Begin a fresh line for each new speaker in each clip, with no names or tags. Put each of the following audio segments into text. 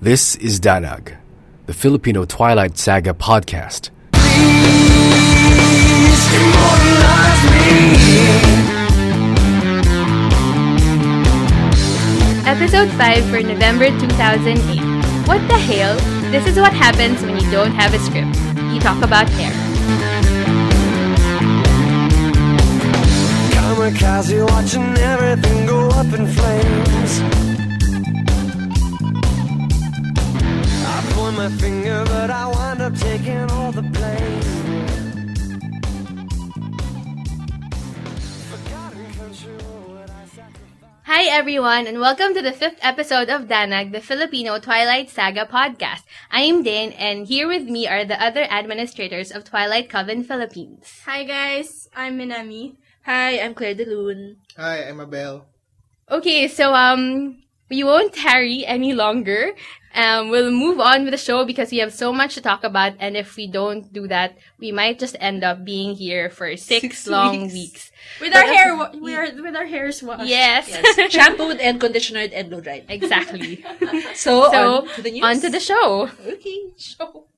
This is Danag, the Filipino Twilight Saga podcast.
Episode 5 for November 2008. What the hell? This is what happens when you don't have a script. You talk about hair.
Kamikaze watching everything go up in flames. I point my finger, but I wind up taking all the blame. Forgotten country road, I sacrificed.
Hi everyone and welcome to the fifth episode of Danag, the Filipino Twilight Saga podcast. I am Dane and here with me are the other administrators of Twilight Coven Philippines.
Hi guys, I'm Minami.
Hi, I'm Claire de Lune.
Hi, I'm Abel.
Okay, so um we won't tarry any longer. Um we'll move on with the show because we have so much to talk about and if we don't do that, we might just end up being here for six,
Six
long
weeks.
weeks.
With our hair, wa- we are with our hairs washed.
Yes.
Yes, shampooed and conditioned and blow dried.
exactly.
So,
So,
on to the news.
on to the show.
okay show.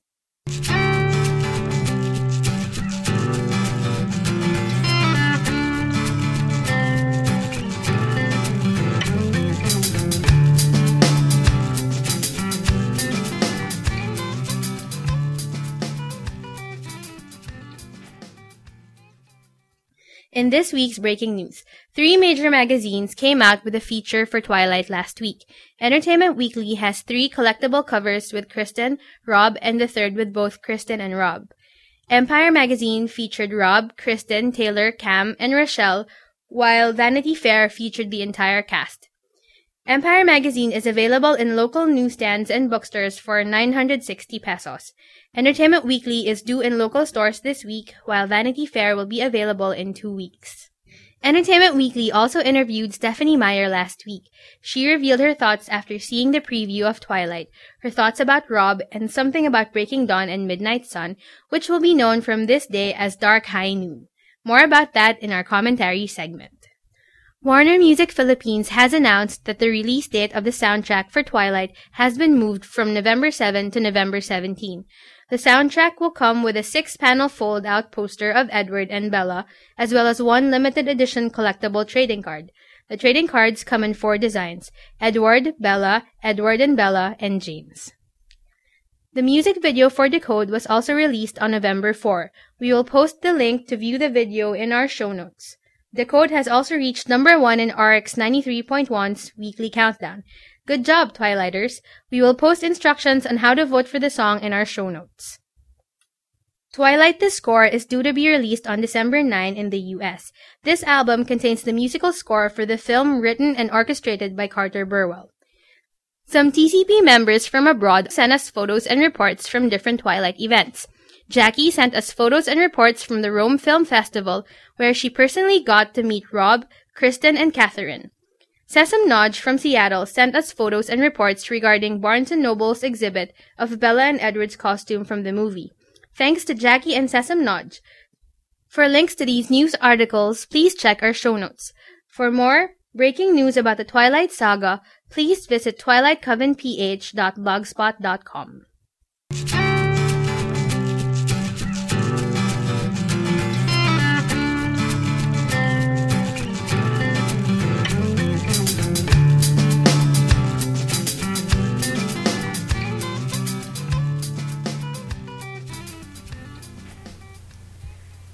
In this week's breaking news, three major magazines came out with a feature for Twilight last week. Entertainment Weekly has three collectible covers with Kristen, Rob, and the third with both Kristen and Rob. Empire Magazine featured Rob, Kristen, Taylor, Cam, and Rochelle, while Vanity Fair featured the entire cast. Empire Magazine is available in local newsstands and bookstores for 960 pesos. Entertainment Weekly is due in local stores this week, while Vanity Fair will be available in two weeks. Entertainment Weekly also interviewed Stephanie Meyer last week. She revealed her thoughts after seeing the preview of Twilight, her thoughts about Rob, and something about Breaking Dawn and Midnight Sun, which will be known from this day as Dark High Noon. More about that in our commentary segment. Warner Music Philippines has announced that the release date of the soundtrack for Twilight has been moved from November 7 to November 17. The soundtrack will come with a six panel fold out poster of Edward and Bella, as well as one limited edition collectible trading card. The trading cards come in four designs Edward, Bella, Edward and Bella, and James. The music video for Decode was also released on November 4. We will post the link to view the video in our show notes. Decode has also reached number 1 in RX 93.1's weekly countdown. Good job, Twilighters! We will post instructions on how to vote for the song in our show notes. Twilight the Score is due to be released on December 9 in the US. This album contains the musical score for the film written and orchestrated by Carter Burwell. Some TCP members from abroad sent us photos and reports from different Twilight events. Jackie sent us photos and reports from the Rome Film Festival, where she personally got to meet Rob, Kristen, and Catherine. Sesame Nodge from Seattle sent us photos and reports regarding Barnes & Noble's exhibit of Bella and Edward's costume from the movie. Thanks to Jackie and Sesame Nodge. For links to these news articles, please check our show notes. For more breaking news about the Twilight Saga, please visit twilightcovenph.blogspot.com.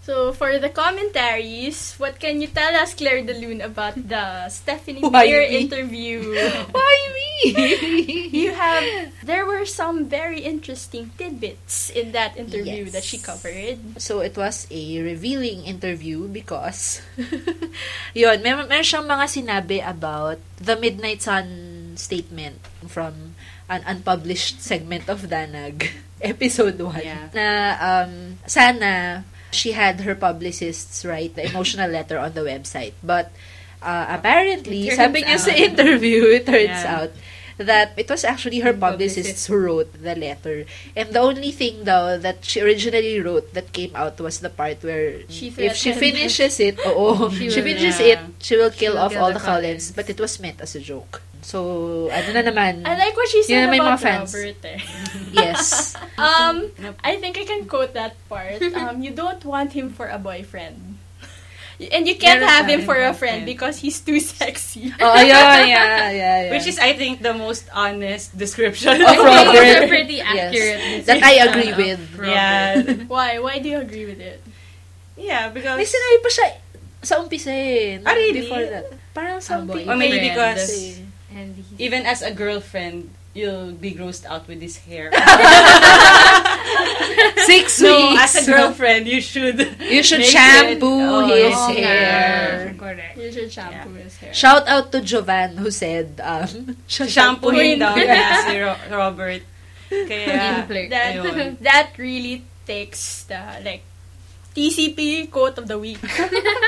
So for the commentaries, what can you tell us, Claire de Lune, about the Stephanie
Why
Meyer
me?
interview?
Why me?
you have there were some very interesting tidbits in that interview
Yes.
that she covered.
So, it was a revealing interview because, yun, may, meron siyang mga sinabi about the Midnight Sun statement from an unpublished segment of Danag, episode 1, na um, sana she had her publicists write the emotional letter on the website. But, uh, apparently,
It turns
sabi niya sa
out.
interview, it turns
Yeah.
out that it was actually her
publicist.
publicists who wrote the letter. And the only thing though that she originally wrote that came out was the part where
She
if she
threatened.
finishes it, oo,
She
she,
will,
finishes
yeah.
it, she will kill
will
off
kill
all
the
the Collins. But it was meant as a joke. So, ano na naman?
I like what she said
Yun naman yung
about
mga fans.
Robert eh.
yes.
Um, I think I can quote that part. Um, you don't want him for a boyfriend. And you can't
Meron
have
sa
him
akin
for a
boyfriend.
friend because he's too sexy.
Oh, ayun. Yeah, yeah, yeah.
Which is, I think, the most honest description
Of
I think
Robert.
those are pretty
Yes.
accurate.
That I agree
description
with.
of Robert.
Yeah.
Why? Why do you agree with it?
yeah, because...
May sinabi pa siya sa umpisa eh.
Ah, really?
Before that. Parang eh. something.
Or maybe
Friend.
because
And he-
even as a girlfriend, you'll be grossed out with his hair.
Six
no,
weeks.
as a girlfriend, you should.
You should
make
shampoo
it- oh,
his
yeah.
hair.
Correct.
You should shampoo his hair.
Shout out to Jovan who said, um,
Shampooing daw
Shampooing.
niya si Ro- Robert. Kaya,
Inflict.
that
Ayun.
that really takes the like TCP quote of the week.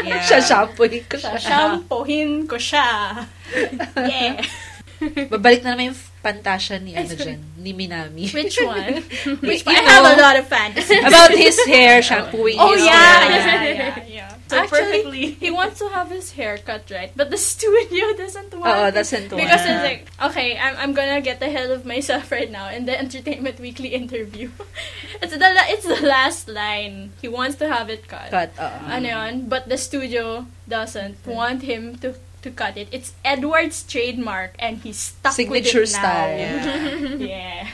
yeah.
siya shampooing ko siya.
Shampoohin ko siya. Yeah.
Babalik na naman yung pantasya ni ano dyan, ni Minami.
Which one?
Which
I have a lot of fantasies.
About his hair, shampooing
Oh
his
yeah,
hair.
yeah, yeah, yeah. So
Actually,
perfectly, he wants to have his hair cut right, but the studio doesn't want.
Oo,
it.
doesn't want.
Because it's like, okay, I'm, I'm gonna get ahead of myself right now in the Entertainment Weekly interview. it's the la- it's the last line. He wants to have it cut.
But, uh, oo.
Ano yun? But the studio doesn't want him to to cut it. It's Edward's trademark, and he's stuck
Signature
with it
style.
now. Yeah.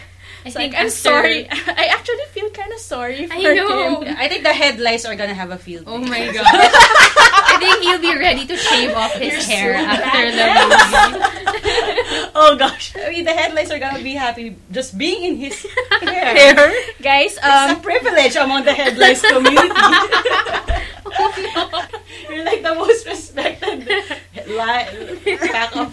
I
It's like,
think
I'm
after-
sorry. I actually feel kind of sorry for
I know.
him.
I think the headlights are gonna have a field.
Oh
day.
my god. I think he'll be ready to shave off his hair after the movie.
Oh gosh. I mean, the headlights are gonna be happy just being in his hair.
Guys,
It's
um,
a privilege among the headlights community.
Oh,
You're like the most respected li- pack of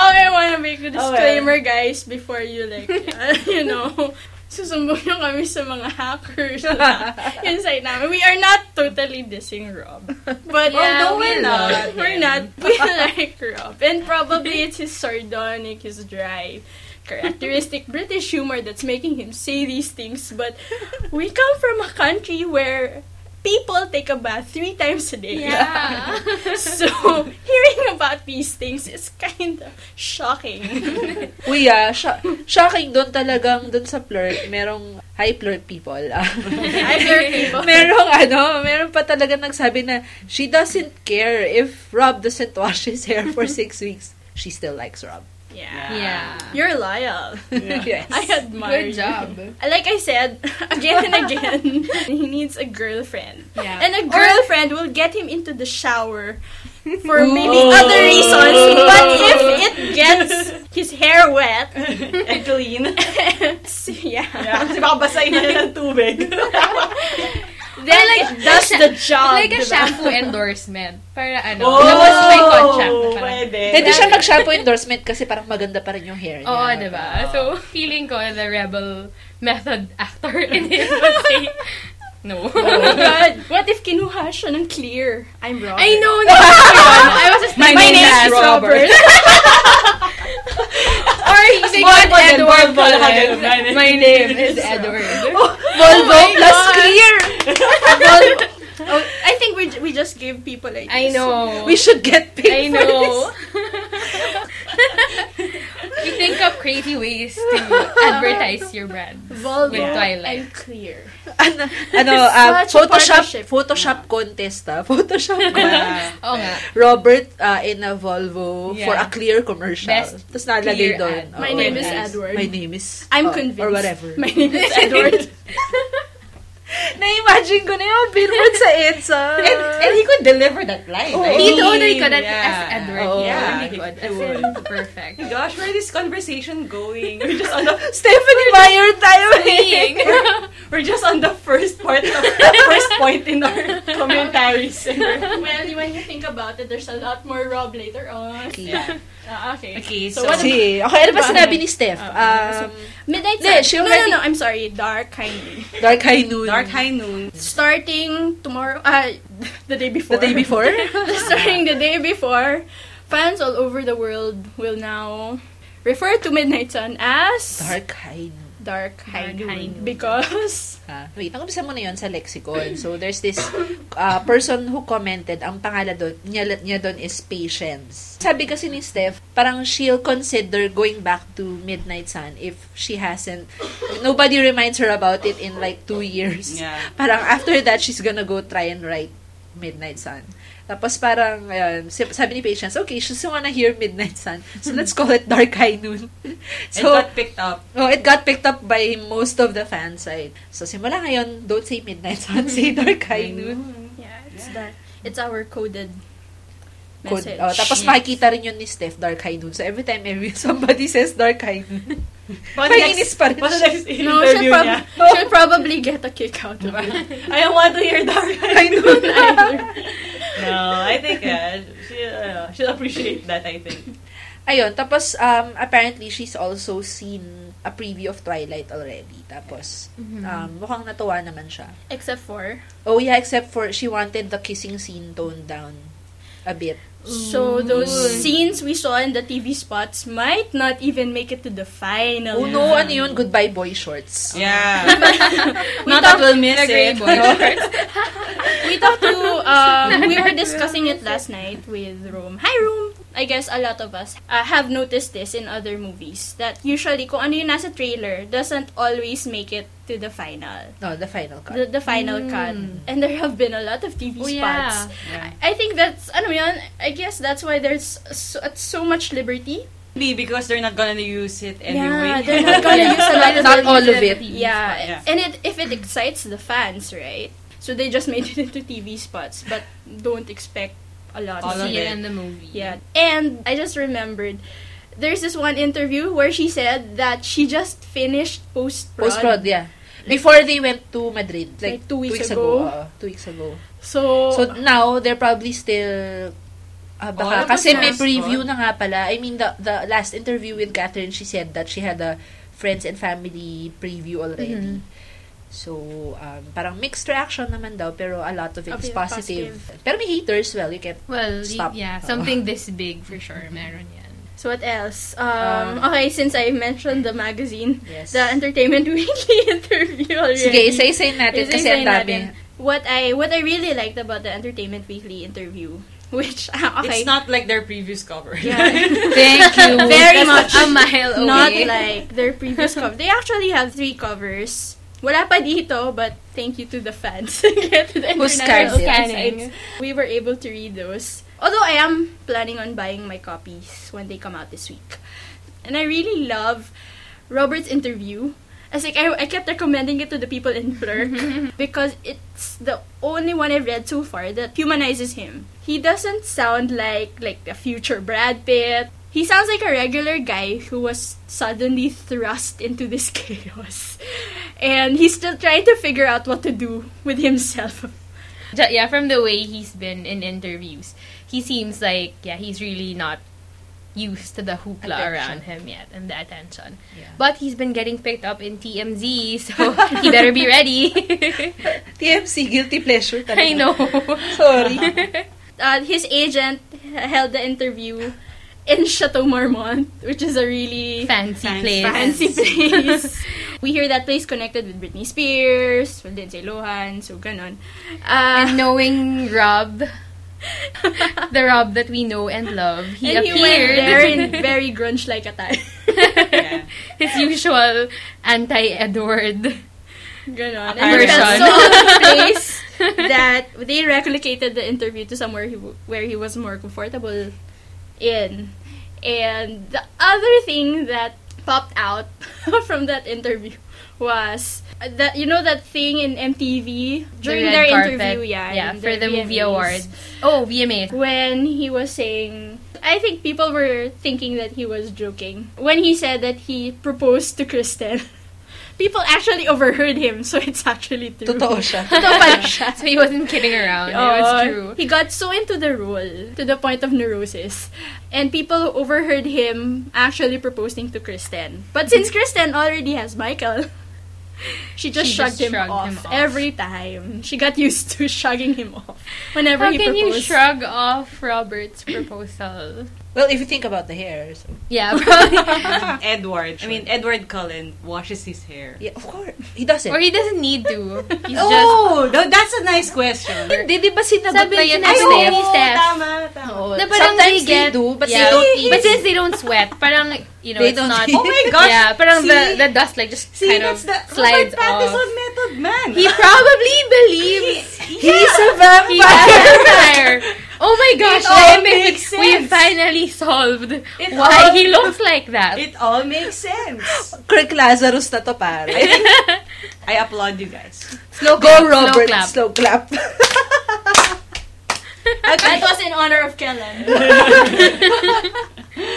Oh, I wanna make a
well.
disclaimer, guys, before you, like, uh, you know, susumbong nyo kami sa mga hackers. Yung site namin. We are not totally dissing Rob. But
Yeah,
although we're
we're
not,
not.
we're not, we like Rob. And probably it's his sardonic, his dry, characteristic British humor that's making him say these things. But we come from a country where people take a bath three times a day.
Yeah.
So, hearing about these things is kind of shocking.
Uy, ah, sho- shocking doon talagang doon sa flirt, merong high flirt people. ah.
Other people.
merong ano, merong pa talaga nagsabi na she doesn't care if Rob doesn't wash his hair for six weeks. She still likes Rob.
Yeah.
Yeah.
You're loyal.
yes.
I admire
Good
you.
job.
Like I said, again and again, he needs a girlfriend.
Yeah.
And a girlfriend will get him into the shower for many other reasons. But if it gets his hair wet,
and clean.
yeah,
Yeah, kasi baka basahin na lang ng tubig.
Then,
like, that's the job.
Like a
diba?
shampoo endorsement. Para ano, labas mo yung contract. na Parang,
Oh, pwede.
Hindi siya nag-shampoo endorsement kasi parang maganda pa rin yung hair niya.
Oo, di ba? So, feeling ko the rebel method actor in him would say, no.
Oh my god. What if kinuha siya ng clear? I'm wrong.
I know, no. I was just
My name is Robert.
Or you say,
Small
what
pa din,
Edward
ball pa
pala.
din. My name
My
is
name is Edward.
Oh, Volvo plus clear! Volvo.
Oh, I think we, we just gave people ideas.
I know.
We should get
I
paid for
know. you think of crazy ways to advertise your brand.
Vulgar
With Twilight.
and clear.
ano, ano ah,
Such a
Photoshop,
partnership.
Photoshop contest, ah. Photoshop contest.
Yeah.
Oo nga.
Robert ah, in a Volvo
Yeah.
for a clear commercial.
Best
Tapos nalagay
clear
doon.
ad.
Oo.
My name is
Yes.
Edward.
My name is...
I'm
oh,
convinced.
Or whatever.
My name is Edward.
Na-imagine ko na yung billboard sa uh, EDSA.
And, and he could deliver that line. I
He
mean,
totally could have as
yeah.
Edward.
Oh,
yeah,
yeah,
he
he
could. As in, perfect.
Oh Gosh, where is this conversation going? We're just on the
Stephanie Meyer tayo eh.
Saying.
we're just on the first part of the first point in our commentaries.
well, when you think about it, there's a lot more Rob later on.
Yeah.
Ah, okay.
Okay,
So
so,
what-
Si, okay, ano ba sinabi ni Steph? Um,
Midnight
Hindi,
Sun.
she
no, no,
already-
no. I'm sorry. Dark, kindly.
Dark High Noon.
Dark High Noon.
Starting tomorrow. Uh, the day before.
The day before?
Starting the day before, fans all over the world will now refer to Midnight Sun as
Dark High Noon.
dark
Dark
hindwood
hindwood.
because
Ah, wait, nakumpisa mo na yun sa lexicon. So, there's this ah, person who commented, ang pangalan doon, niya, niya doon is Patience. Sabi kasi ni Steph, parang she'll consider going back to Midnight Sun if she hasn't, nobody reminds her about it in like two years.
Yeah.
Parang after that, she's gonna go try and write Midnight Sun. Tapos parang, ayun, si- sabi ni Patience, okay, she's wanna hear Midnight Sun. So, let's call it Dark High Noon.
it got picked up.
Oh, it got picked up by most of the fan side. So, simula ngayon, don't say midnight sun, say dark high noon.
yeah, it's that it's our coded
Code.
message.
Oh, tapos makikita rin yun ni Steph, dark high noon. So, every time every somebody says dark high noon,
Pag
painis pa rin
Pag
siya.
next
No,
interview
she'll, prob-
niya.
she'll probably get a kick out of it.
I don't want to hear dark
High
high
noon.
No, I think uh, she, uh, she'll appreciate that, I think.
Ayun, tapos um, apparently she's also seen a preview of Twilight already. Tapos, um, mukhang natuwa naman siya.
Except for
Oh yeah, except for she wanted the kissing scene toned down a bit.
so those scenes we saw in the TV spots might not even make it to the final.
Oh no, ano yun? Goodbye boy shorts.
Yeah. Not that we'll miss it.
We talked to um, we were discussing it last night with Rome. Hi Rome. I guess a lot of us uh, have noticed this in other movies that usually kung ano yung nasa trailer doesn't always make it to the final.
No, the final cut.
the, the final cut. And there have been a lot of TV
Oh,
spots.
yeah.
Mm. Yeah.
I think that's, ano yun, I guess that's why there's so, at so much liberty.
Maybe because they're not gonna use it
Yeah,
anyway.
they're not gonna use a lot of
Not all of it.
Yeah,
yeah.
and it if it excites the fans, right? So they just made it into TV spots, but don't expect a lot
All
of
of
it.
it.
in the movie.
Yeah. And I just remembered there's this one interview where she said that she just finished post prod.
Post prod, yeah. Before they went to Madrid, like, two weeks, ago. oo, two weeks ago.
So,
So now they're probably still ah, baka,
Oh,
kasi may
tapos
preview
yun.
na nga pala. I mean the the last interview with Catherine, she said that she had a friends and family preview already. So, um, parang mixed reaction naman daw, pero a lot of it
Of
is
it,
positive. Pero may haters, well, you can't.
Well,
Stop. Oh.
yeah, something this big for sure. Meron yan.
so what else? Um, okay, since I mentioned the magazine,
Yes.
the Entertainment Weekly interview already.
Sige, isa-isayin natin kasi
Isa-isayin
ang dami.
natin. What I what I really liked about the Entertainment Weekly interview, which ah, okay,
It's not like their previous cover.
Yeah.
Thank you.
Very
That's
much.
A mile away.
not like their previous cover. They actually have three covers. Wala pa dito, but thank you to the fans. Get to the
Who scans
international
it?
fan sites. We were able to read those. Although I am planning on buying my copies when they come out this week. And I really love Robert's interview. As like I, I kept recommending it to the people in Blurk because it's the only one I've read so far that humanizes him. He doesn't sound like like the future Brad Pitt. He sounds like a regular guy who was suddenly thrust into this chaos. And he's still trying to figure out what to do with himself.
Ju- yeah, from the way he's been in interviews, he seems like yeah, he's really not used to the hoopla
Attention.
around him yet and the attention.
Yeah.
But he's been getting picked up in TMZ, so he better be ready.
TMC, guilty pleasure talaga.
I know.
Sorry.
uh, his agent held the interview in Chateau Marmont, which is a really
Fancy place.
fancy place. we hear that place connected with Britney Spears, with Lindsay Lohan, so ganon. Uh,
And knowing Rob, the Rob that we know and love, he
and
appeared
he went there in very grunge-like attire.
Yeah.
his usual anti-Edward.
ganon.
Apparently.
And it felt so out of place that they relocated the interview to somewhere he w- where he was more comfortable in. And the other thing that popped out from that interview was that you know that thing in MTV during
red
their
carpet.
interview, yeah,
yeah,
in
for the movie
VMAs,
awards. Oh, VMAs.
when he was saying. I think people were thinking that he was joking when he said that he proposed to Kristen. People actually overheard him, so it's actually true. Oh,
Totoo siya.
Totoo pala siya.
so he wasn't kidding around. it was
Oo.
true.
He got so into the role to the point of neurosis. And people overheard him actually proposing to Kristen. But since Kristen already has Michael, She just
She
shrugged,
just
him,
shrugged
off
him off.
every time. She got used to shrugging him off whenever
How
he
can you
proposed.
shrug off Robert's proposal?
Well, if you think about the hair. So.
yeah, probably.
Edward. I mean, Edward Cullen washes his hair.
Yeah, of course. He doesn't.
or he doesn't need to. He's just...
oh, tha- that's a nice question.
Hindi, di ba sinagot
Sabi
na
niya
yun?
na
Ay,
sinabi
oo.
ni Steph.
Oh, tama, tama.
Oo.
Na parang
Sometimes
they
they
get-
do, but they
yeah.
don't eat.
But since they don't sweat, parang, you know,
They
it's
don't
not...
eat. Oh
my gosh,
Yeah, parang
see?
the, the dust like just
See,
kind
that's
of
the
slides
Robert
off.
Pattinson method, man.
He probably believes
He's a
he
vampire!
has a fire. Oh my gosh,
all
Naime, we-
makes
we
sense.
finally solved
It
why
all-
he looks like that.
it all makes sense.
Craig Lazarus na to, pare.
I applaud you guys.
slow
Go,
clap,
Robert.
Slow clap.
Slow clap.
That was in honor of Kellen.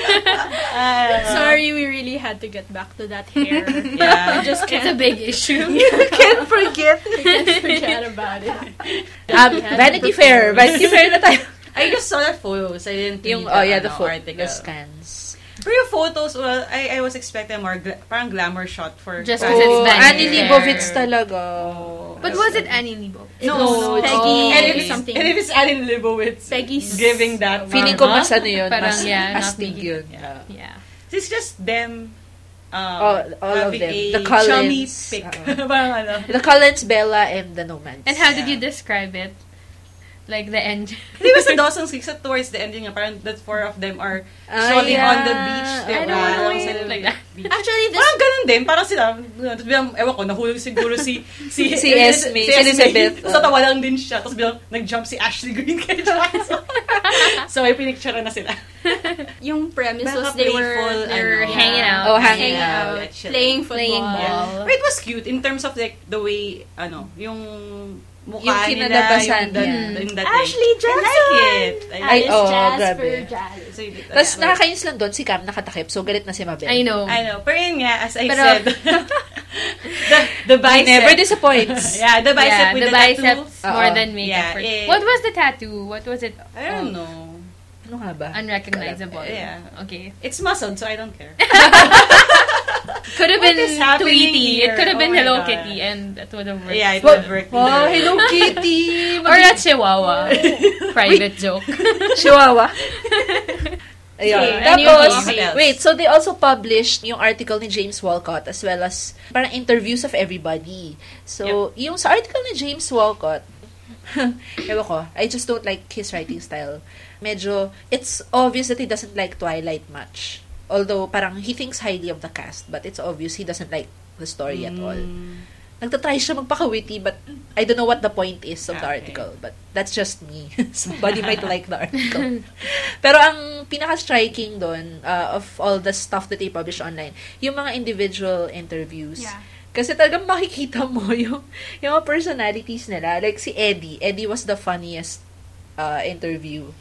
Uh,
Sorry, we really had to get back to that hair.
yeah.
I just
It's a
can't
big issue.
you can't forget.
forget about it.
Um, Vanity Fair. Vanity Fair na tayo.
I just saw the photos. I didn't
Yung,
read
oh yeah, the
ano,
photo.
article.
The scans.
For your photos, well, I, I was expecting more gla- parang glamour shot for
Just
for-
Because it's
Oh,
Vanity
Annie
Fair.
Leibovitz talaga.
But was it Annie Leibovitz?
No,
No, it's
Peggy
Oh. And if it's,
something.
And if it's Annie Leibovitz
Peggy's-
giving that,
Feeling ko
karma,
mas ano yun,
Parang,
mas
yeah,
astig
not
yun.
Yeah.
It's just them. Um,
All- all of
having
them.
a
The Cullens.
Chummy pic.
Uh-oh.
parang ano.
The Collins, Bella, and the Nomads.
And how did you describe it? Like the engine.
Hindi ba sa Dawson's Creek, sa towards the ending nga, parang the four of them are
Ah,
strolling
yeah.
on the beach. Diba?
I don't wanna
Parang
wait.
sila-
Like that.
beach.
Actually, this
Parang ganun din. Parang sila, tapos bilang, ewan ko, nahulog siguro si... Si,
Si Esme, si Elizabeth.
Tapos natawa lang din siya. Tapos bilang, nag-jump si Ashley Green kay Jackson. so, ay pinicture na sila.
yung premise
Baka
was they were
playful,
they were
ano.
hanging out,
Oh, hanging
out.
playing football.
Playing ball.
But it was cute in terms of like the way, ano, yung mukha
Yung
nila,
kinalabasan
yung, that-
niya.
yung that
Ashley
I
Johnson.
like it. I
Ay,
like it.
oh, grabe.
Jasper, Jazz.
So, yun, yun,
Tapos
yun.
nakakainis lang doon, si Cam nakatakip, so galit na si Mabel.
I know.
I know. Ano, Pero yun nga, as I
Pero-
said, the, the
He
bicep.
never disappoints.
yeah, the bicep
yeah,
with
the,
the,
biceps
tattoo.
more
Oo.
than makeup.
Yeah,
for-
eh.
What was the tattoo? What was it?
tattoo. I
of?
Hmm.
don't know.
Ano nga ba?
Unrecognizable.
Yeah.
Okay.
It's muscled, so I don't care.
Could have
What
been
is happening
Tweety.
here?
It could have been
Oh my
Hello
God.
Kitty, and that would have worked.
yeah, it
Well,
would work.
Oh, Hello Kitty!
Or a Chihuahua. Private joke.
Chihuahua. Ayun.
Okay,
Tapos,
ano
yung details?
wait, so they also published yung article ni James Walcott as well as parang interviews of everybody. So, yung sa article ni James Walcott, ewan ko, I just don't like his writing style. Medyo, it's obvious that he doesn't like Twilight much. Although, parang he thinks highly of the cast, but it's obvious he doesn't like the story at all. Nagtatry siya magpaka-witty, but I don't know what the point is of the
Okay.
article. But that's just me. Somebody might like the article. Pero ang pinaka-striking doon uh, of all the stuff that they publish online, yung mga individual interviews.
Yeah.
Kasi talagang makikita mo yung, yung mga personalities nila. Like si Eddie. Eddie was the funniest uh, interview.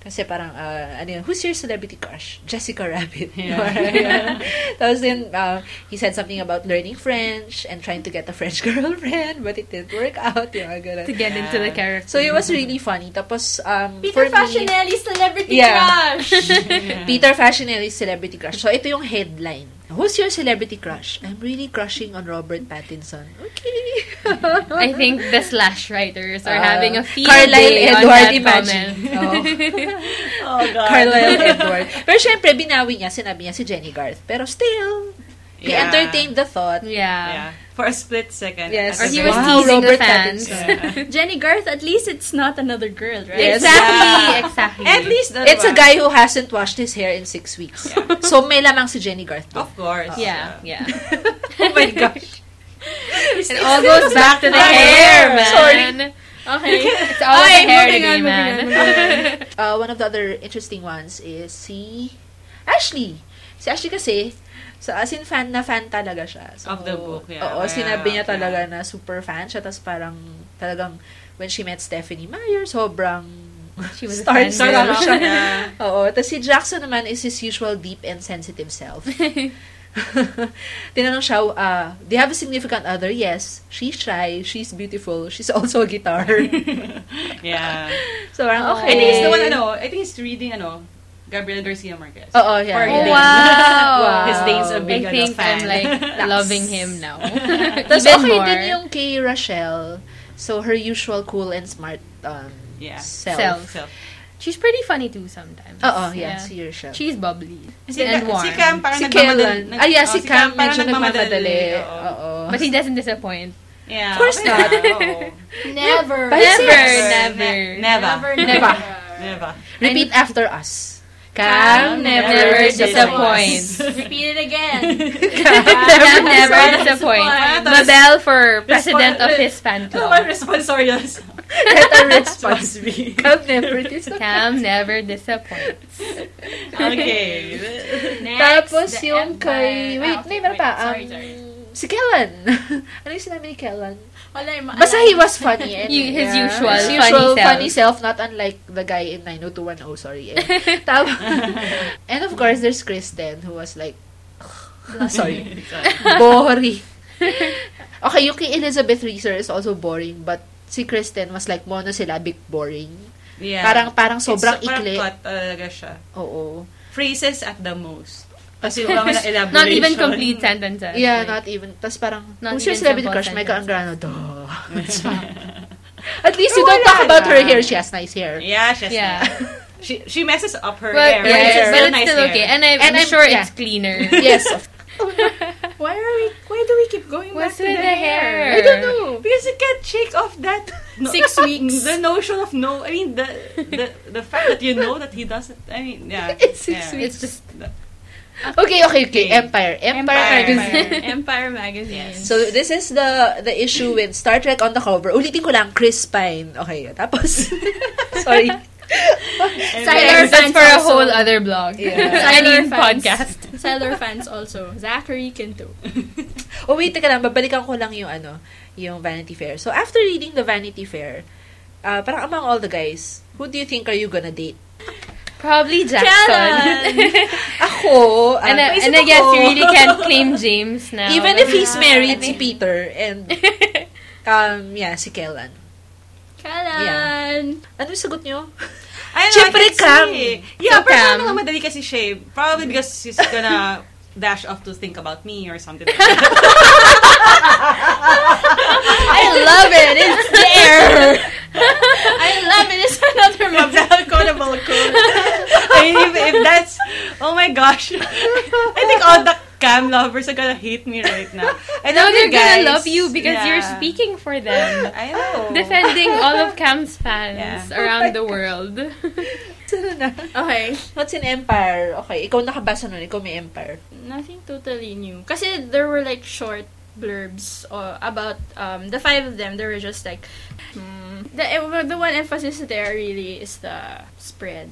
Kasi parang, uh, ano yun, who's your celebrity crush? Jessica Rabbit.
Yeah.
Tapos then, uh, he said something about learning French and trying to get a French girlfriend, but it didn't work out. Yung mga ganun.
to get into the character.
So it was really funny. Tapos, um,
Peter
for me,
Fashionelli celebrity
Yeah.
crush.
Peter Fashionelli's celebrity crush. So, ito yung headline. Who's your celebrity crush? I'm really crushing on Robert Pattinson. Okay.
I think the slash writers are
Uh,
having a field
Carlyle
day on
Edward,
that
imagine.
comment.
Oh, God.
Carlisle Edward. Pero syempre, binawi niya, sinabi niya si Jenny Garth. Pero still, he
Yeah.
entertained the thought.
Oh. yeah.
Yeah. uh, For a split second.
Yes.
Or
At
he
the
was
very-
Wow,
teasing
Robert
the fans.
Pattinson.
Jenny Garth, at least it's not another girl, right?
Yes.
Exactly,
Yeah.
exactly.
At least that
It's a
one.
guy who hasn't washed his hair in six weeks. So, may lamang si Jenny Garth.
Of course.
Yeah, yeah.
Oh my gosh.
It all goes back to the
Sorry.
hair, man.
Okay.
It's all the
Okay,
hair
moving
today,
on,
man.
moving on,
Uh, one of the other interesting ones is si Ashley. Si Ashley kasi, sa as in fan na fan talaga siya. So,
Of the book, yeah.
Oo,
Kaya,
sinabi niya
yeah.
talaga na super fan siya. Tapos parang, talagang, when she met Stephanie Meyer, sobrang
She was a
Start-
fan
start
girl.
off siya.
Yeah.
Oo. Tapos si Jackson naman is his usual deep and sensitive self. Tinanong siya, uh, do you have a significant other? Yes. She's shy. She's beautiful. She's also a guitar.
yeah.
so, parang,
Oh.
okay.
I think it's the one, ano, I think it's reading, ano, Gabriel Garcia Marquez.
Oo, yeah.
Or
yeah.
Oh,
Danes.
wow.
Wow.
His Danes of
I
Being
I
God,
think
a fan.
I'm like
That's-
loving him now.
Tapos
Even
okay
more.
din yung kay Rochelle. So, her usual cool and smart um,
Yeah.
self.
Self.
So,
She's pretty funny too sometimes.
Oo, yeah, si Rochelle.
She's bubbly
si,
and warm.
si Cam parang
si
nagmamadali-
Kellan.
nag-
Ah, yeah,
oh,
si Cam,
parang
medyo nagmamadali.
oo.
Oo.
But he doesn't disappoint.
Yeah.
Of course
Okay.
not.
Oo.
Never.
But
Never,
yes.
never.
Ne- never.
Never.
Never.
Repeat after us.
Cam
Cam
never
never
disappoints.
disappoints.
Repeat it again.
Cam never disappoints.
That's-
Babel for president of his fan
Ano ba yung
club.
response? Sorry, yes.
Let our response be.
be.
Cam never disappoints.
Cam never disappoints.
Okay.
Next,
Tapos
the
yung
Empire.
kay... Wait,
Ah, okay,
may meron pa. Um,
Sorry, sorry.
Si Kellan. ano yung sinabi ni Kellan?
Wala, yung maalala.
Basta he was funny. eh. And,
You- his usual
his
funny
usual
self.
funny self. Not unlike the guy in 90210, sorry. And, tab- and of course, there's Kristen who was like, sorry, boring. okay, yung kay Elizabeth Reeser is also boring, but si Kristen was like monosyllabic boring.
Yeah.
Parang parang sobrang
It's- parang
ikli.
cut talaga siya.
Oo.
Phrases at the most. Kasi wala ka na elaboration.
Not even complete sentences.
Yeah,
Like,
not even. Tapos parang,
Not
kung siya
even
celebrity
simple
crush, may
sentence.
kaangrano. Duh. At least
Oh
you
Pero
don't talk
wala
about her
lang.
hair. She has nice hair.
Yeah, she's
Yeah.
She, she messes up her
But, yeah,
hair. but it's
but
still
it's
nice
still
hair.
okay. And, I,
And
am
I'm-
sure
yeah.
it's cleaner.
yes, of
Why are we? Why do we keep going
What's
back to
with
the
the hair?
I don't know.
Because you can't shake off that
Six weeks.
The notion of no. I mean the the the fact that you know that he doesn't. I mean yeah.
It's six
yeah.
weeks.
It's just
Okay, okay, okay.
Okay.
Empire. Empire. Magazine.
Empire, Empire Magazine.
So, this is the the issue with Star Trek on the cover. Ulitin ko lang, Chris Pine. Okay, tapos. Sorry.
Sailor
that's
fans
for a
also.
whole other blog.
Yeah.
I
Sailor
mean,
fans.
podcast.
Sailor fans also. Zachary Quinto.
Oh, wait, teka lang. Babalikan ko lang yung ano, yung Vanity Fair. So, after reading the Vanity Fair, uh, parang among all the guys, who do you think are you gonna date?
Probably Jackson.
Ako, ah,
and I,
naisip
and I guess
ako.
you really can't claim James now.
Even if he's
Yeah.
married, si Peter, and, um, yeah, si Kellan.
Kalan!
Ano yung sagot nyo?
I know,
Siyempre,
I can
cam.
see. Yeah,
So,
pero
cam.
parang mga madali kasi siya eh. Probably because she's gonna dash off to think about me or something like that.
I love it. It's there.
I love it! It's another Mabel quotable quote.
I mean, if, if that's... Oh my gosh. I think all the cam lovers are gonna hate me right now. I
No,
love
they're
you guys.
gonna love you because you're
Yeah.
speaking for them.
I know.
Defending all of Cam's fans
Yeah.
Oh
around the world.
Sino na?
Okay.
What's in Empire? Okay, ikaw nakabasa nun. Ikaw may Empire.
Nothing totally new. Kasi there were like short blurbs uh, about um, the five of them. They were just like mm, the eh, the one emphasis there really is the spread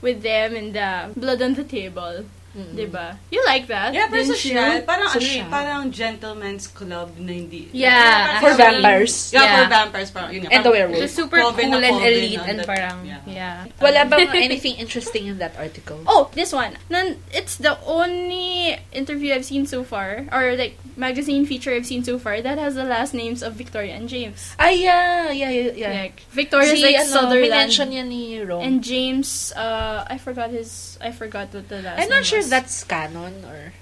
with them and the blood on the table, diba? You like that?
Yeah, pero
didn't
social.
you?
Parang ano eh,
Social.
parang gentleman's club na hindi...
Yeah,
parang-
For vampires.
Yeah, for
Yeah.
vampires. Parang, yun nga,
And the
parang-
werewolf.
Just super
Coven
cool
na
and
coven
elite
on
and
that-
parang
yeah.
yeah.
Wala bang anything interesting in that article?
Oh, this one. Nan, it's the only interview I've seen so far, or like magazine feature I've seen so far that has the last names of Victoria and James.
Ay, yeah, yeah, yeah. yeah. ano,
Like Victoria's like Sutherland.
minention niya ni Rome.
And James, uh, I forgot his, I forgot what the last.
I'm
name
not sure
was.
if that's canon or...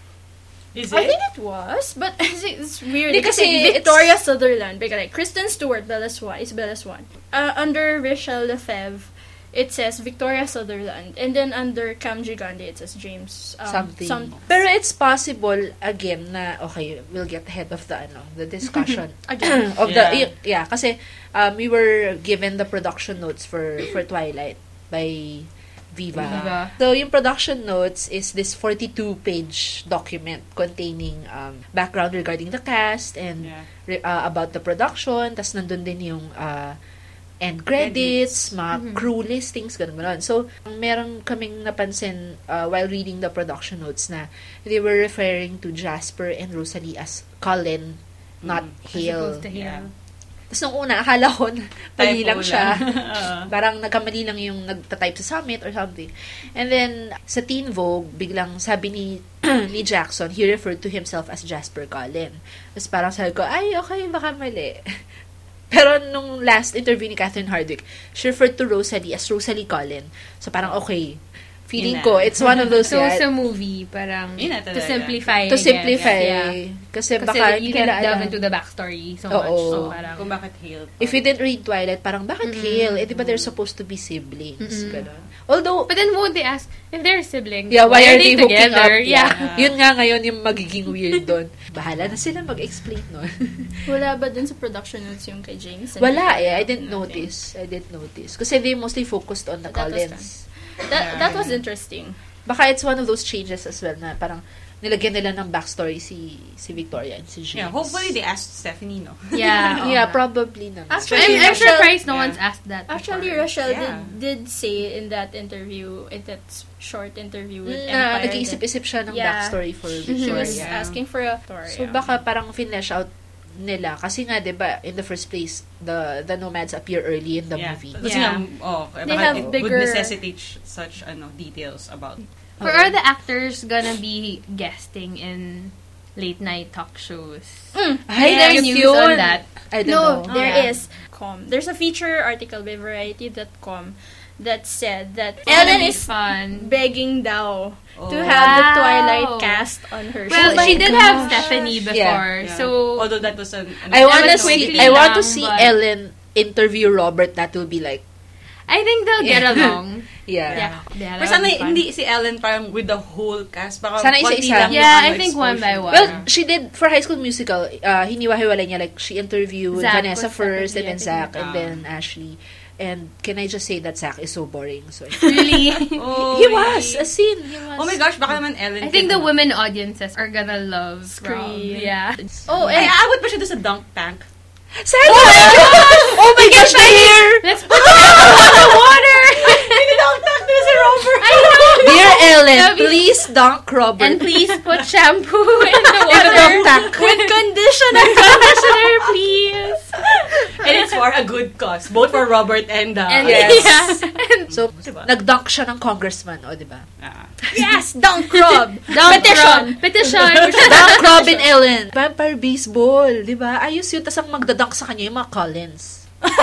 Is
I
it?
think it was, but it's weird.
Hindi,
Because
kasi it's-
Victoria Sutherland, because like Kristen Stewart, Bella's one, is Bella's one. Uh, under Rachel Lefebvre, it says Victoria Sutherland, and then under Cam Gigande, it says James um,
something.
some-
Pero it's possible, again, na, okay, we'll get ahead of the, ano, the discussion.
again.
of the,
Yeah.
y- yeah, kasi um, we were given the production notes for, for Twilight by Viva.
Viva.
So, yung production notes is this 42-page document containing um, background regarding the cast and
Yeah.
re- uh, about the production, tas nandun din yung uh, end credits, mga crew listings, ganun ganun. So, ang meron kaming napansin uh, while reading the production notes na they were referring to Jasper and Rosalie as Colin, not
Mm-hmm.
Hale.
Supposed to
Yeah.
heal.
Tapos nung una, akala ko na mali
Typo
lang siya.
lang.
Parang nagkamali lang yung nagtatype sa summit or something. And then, sa Teen Vogue, biglang sabi ni, ni Jackson, he referred to himself as Jasper Colin. Tapos parang sabi ko, ay, okay, baka mali. Pero nung last interview ni Catherine Hardwick, she referred to Rosalie as Rosalie Colin. So parang okay, Feeling
Yun na.
ko, it's one of those
So,
yeah,
sa movie, parang,
Yun na
to
talaga.
simplify, I
to
guess.
simplify.
Yeah.
Kasi,
Kasi
baka
you
hindi
can
nila
delve
alam.
into the backstory so
Oo.
much. So,
Oo.
parang,
Kung bakit heal.
If you didn't read Twilight, parang bakit
Mm-hmm.
Hale? Eh, di ba they're supposed to be siblings? Ganun. Although,
but then won't they ask, if they're siblings,
yeah, why, are they, hooking up?
together? Yeah.
Yun nga ngayon yung magiging weird doon. Bahala na sila mag-explain nun.
Wala ba dun sa production notes yung kay James? and
Wala eh.
Nicole?
I didn't
Nothing.
notice. I didn't notice. Kasi they mostly focused on the
That was
Collins.
That, that was interesting.
Baka it's one of those changes as well na parang nilagyan nila ng backstory si si Victoria and si James. Ah,
Yeah, hopefully they asked Stephanie, no?
Yeah.
Yeah, probably naman.
Actually,
I'm, I'm
Rochelle-
surprised no
Yeah.
one's asked that.
Actually,
before.
Rochelle
Yeah.
did, did say in that interview, in that s- short interview with
Mm, na
Empire, that
nag-iisip-isip siya ng
Yeah. Mm-hmm.
backstory for
she
Victoria.
was asking for a story.
So baka parang finish out nila kasi nga 'di ba in the first place the the nomads appear early in the
yeah.
movie.
Kasi
Yeah.
nga, oh, kaya
They
baka
have
it
bigger-
would necessitate sh- such ano details about
Or are the actors gonna be guesting in late night talk shows?
Ay,
Any
there's
news
yun.
on that?
I don't
no,
know.
there
Oh, Yeah.
is. Com. There's a feature article by Variety.com that said that Ellen is
fun.
begging Dao
Oh.
to have the
Oh, Wow.
Twilight cast on her
Well,
show.
she did
gosh.
have Stephanie before,
Yeah.
Yeah.
so
although that was an, an
I want to
was
see
quickly
I want to
lang,
see
but-
Ellen interview Robert that will be like
I think they'll get
Yeah.
along.
yeah.
Yeah. yeah
Pero
that would
sana
be fun.
hindi si Ellen parang with the whole cast. Baka
Sana
konti
isa-isa.
lang yung
Yeah,
ano,
I think one by
exposure.
one.
Well, she did for High School Musical, uh hiniwa-hiwalay niya like she interviewed
Zac
Vanessa
was
first and
second,
then
yeah, I
Zach and then Ashley. And can I just say that Zach is so boring? So
really.
Oh,
he was
yeah.
a scene. He was.
Oh my gosh, baka naman
I
Ellen.
think the
can-
women audiences are gonna love
Scream.
Rob. Yeah.
oh, and
Ay, aabot ba siya doon sa dunk tank?
Sana! Oh my gosh, dear!
Let's put them on the water.
Dunk tank nila si Robert!
I know.
Dear Ellen,
That'd be-
please dunk Robert.
And please put shampoo in the
In the
water.
dunk tank.
With conditioner. conditioner, please.
And it's for a good cause. Both for Robert and the...
And
Yes.
yeah. And
So,
Diba?
nag-dunk siya ng congressman, o, di ba?
Ah.
yes, Dunk Rob.
Dunk
Petition.
Rob. Petition.
Dunk Robin Ellen. Diba? Vampire baseball, di ba? Ayos yun. Tapos ang magdadunk sa kanya yung mga Collins.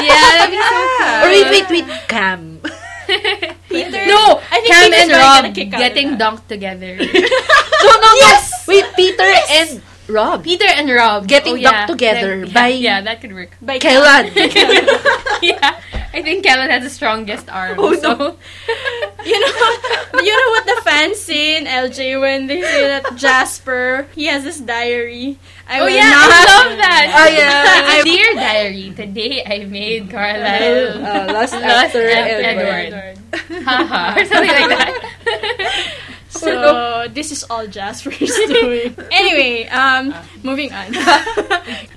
yeah, that'd be so cool.
Or wait, wait, wait. Cam.
Peter.
No,
I think
Cam
Peter's
and
really
Rob
gonna kick out of
getting
that.
dunked together.
No, no, no. Wait, Peter and Rob.
Peter and Rob Oh,
Getting
yeah.
dunked together
That-
by-
yeah, that could work.
By
Kailan?
yeah, I think Kevin has the strongest arm.
Oh, no.
so-
You know, you know what the fans say in LJ when they say that Jasper he has this diary. I
oh
will
yeah,
not-
I love that.
Oh, yeah.
I- Dear diary, today I made Carlisle.
Uh, last
Last
after
after
Edward.
Edward. Haha, or something like that.
So this is all Jasper's doing. anyway, um, moving on.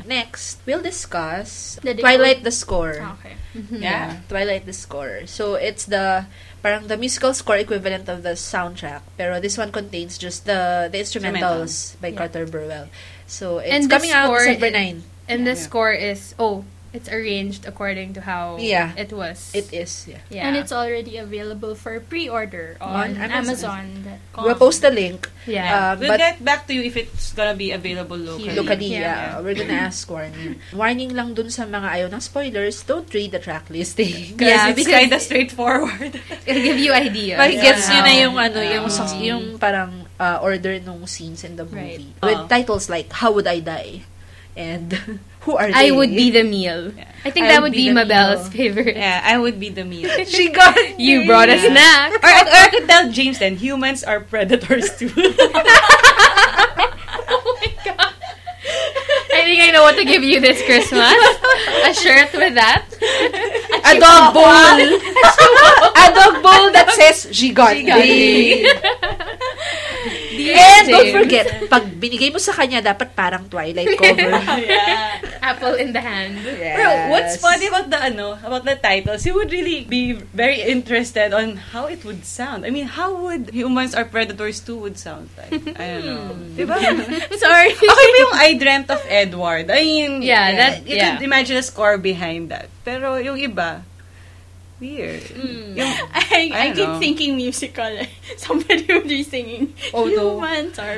Next, we'll discuss
The decor.
Twilight the Score.
Oh,
okay.
hmm.
Yeah, Twilight the score. So it's the parang the musical score equivalent of the soundtrack, pero this one contains just the the instrumentals by Carter Burwell. So it's
And the
coming out
score
December
is-
9.
And the score is oh, it's arranged according to how
Yeah.
it was.
It is. Yeah.
yeah.
And it's already available for pre-order
On
on,
Amazon.
Amazon.
We'll post the link
yeah.
Uh,
we'll
but-
get back to you if it's gonna be available locally.
locally. Yeah.
Yeah.
uh, We're gonna ask warning. Warning lang dun sa mga ayaw ng spoilers, don't read the track listing.
Because
Yeah,
it's
because-
kinda straightforward.
It'll give you ideas.
Parang gets
on
yun na
how-
yung ano, yung,
Oh.
sus- yung parang uh, order ng scenes in the movie.
Right.
With
Oh.
titles like How Would I Die? And Who Are They?
I would be the meal.
Yeah.
I think
I
that
would
would
be
be,
the
Mabel's
meal.
favorite.
yeah, I would be the meal.
She got
You brought a snack.
or, I- or I could tell James then, humans are predators too.
I think I know what to give you this Christmas. a shirt with that.
a dog bowl. a dog bowl that says Gigante. And don't forget, pag binigay mo sa kanya, dapat parang Twilight cover.
yeah.
Apple in the hand.
yes.
Pero what's funny about the ano, about the titles, you would really be very interested on how it would sound. I mean, how would humans are predators too would sound like? I don't know. Hmm. diba?
Sorry.
Okay ba yung I dreamt of Edward? I mean,
Yeah, that-
you
yeah.
could imagine a score behind that. Pero yung iba, weird. Yung,
I, I,
I don't
keep
know.
thinking musical. Somebody would be singing.
Oh, no.
Humans are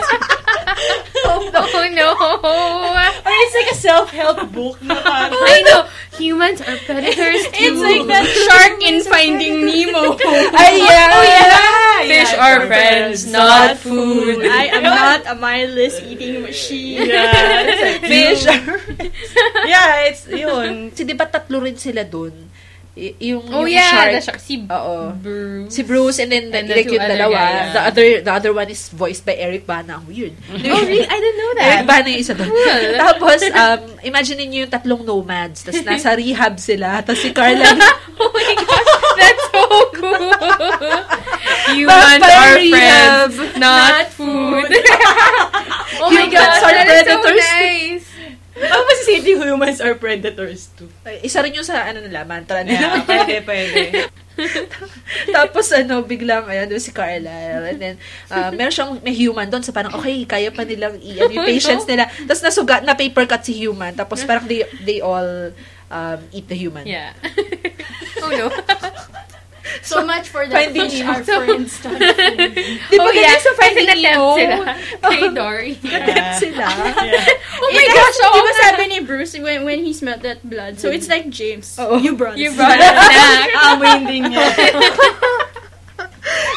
Oh no.
or it's like a self-help book na parang,
I know. Humans are predators too.
It's like that shark in Finding Nemo.
Ay, yeah,
Oh, yeah.
Fish
Yeah,
are friends, not food.
I am not a mindless eating machine.
Yeah, it's like fish. are- yeah, it's yun.
Kasi di ba tatlo rin sila dun? Y- yung,
Oh
yung
yeah,
shark.
the shark. Si
Oo.
Bruce.
Si Bruce and then,
And the
like
two
yung
other
dalawa.
guys,
yeah.
The other the other one is voiced by Eric Bana. Ang weird.
Oh really? I didn't know that.
Eric Bana yung isa doon. tapos, um, imagine niyo yung tatlong nomads. Tapos nasa rehab sila. Tapos si Carla,
oh my gosh, that's so cool. Humans
Vampire
are
rehab,
friends, not food. oh my
Humans
gosh,
are
that is so
predators.
nice.
Ang masisiti humans are predators too.
isa rin yung sa ano nila, mantra nila.
Yeah, pwede, pwede.
Tapos ano, biglang, ayan, doon si Carla. And then, uh, meron siyang may human doon. So parang, okay, kaya pa nilang i-
Oh,
ano, yung patience nila. Tapos nasuga, na paper cut si human. Tapos parang they, they all um, eat the human.
Yeah. oh no.
So much for the
Finding
fish
Nemo.
are friends.
Di ba
oh yeah,
ganyan sa Finding Nemo?
sila. Kay Dory.
Kadet sila.
Oh my gosh,
Gosh,
oh
di ba sabi ni Bruce when, when he smelled that blood? So it's like James.
Oh,
Oo.
You brought
Oh. You brought it back.
Amoy din niya.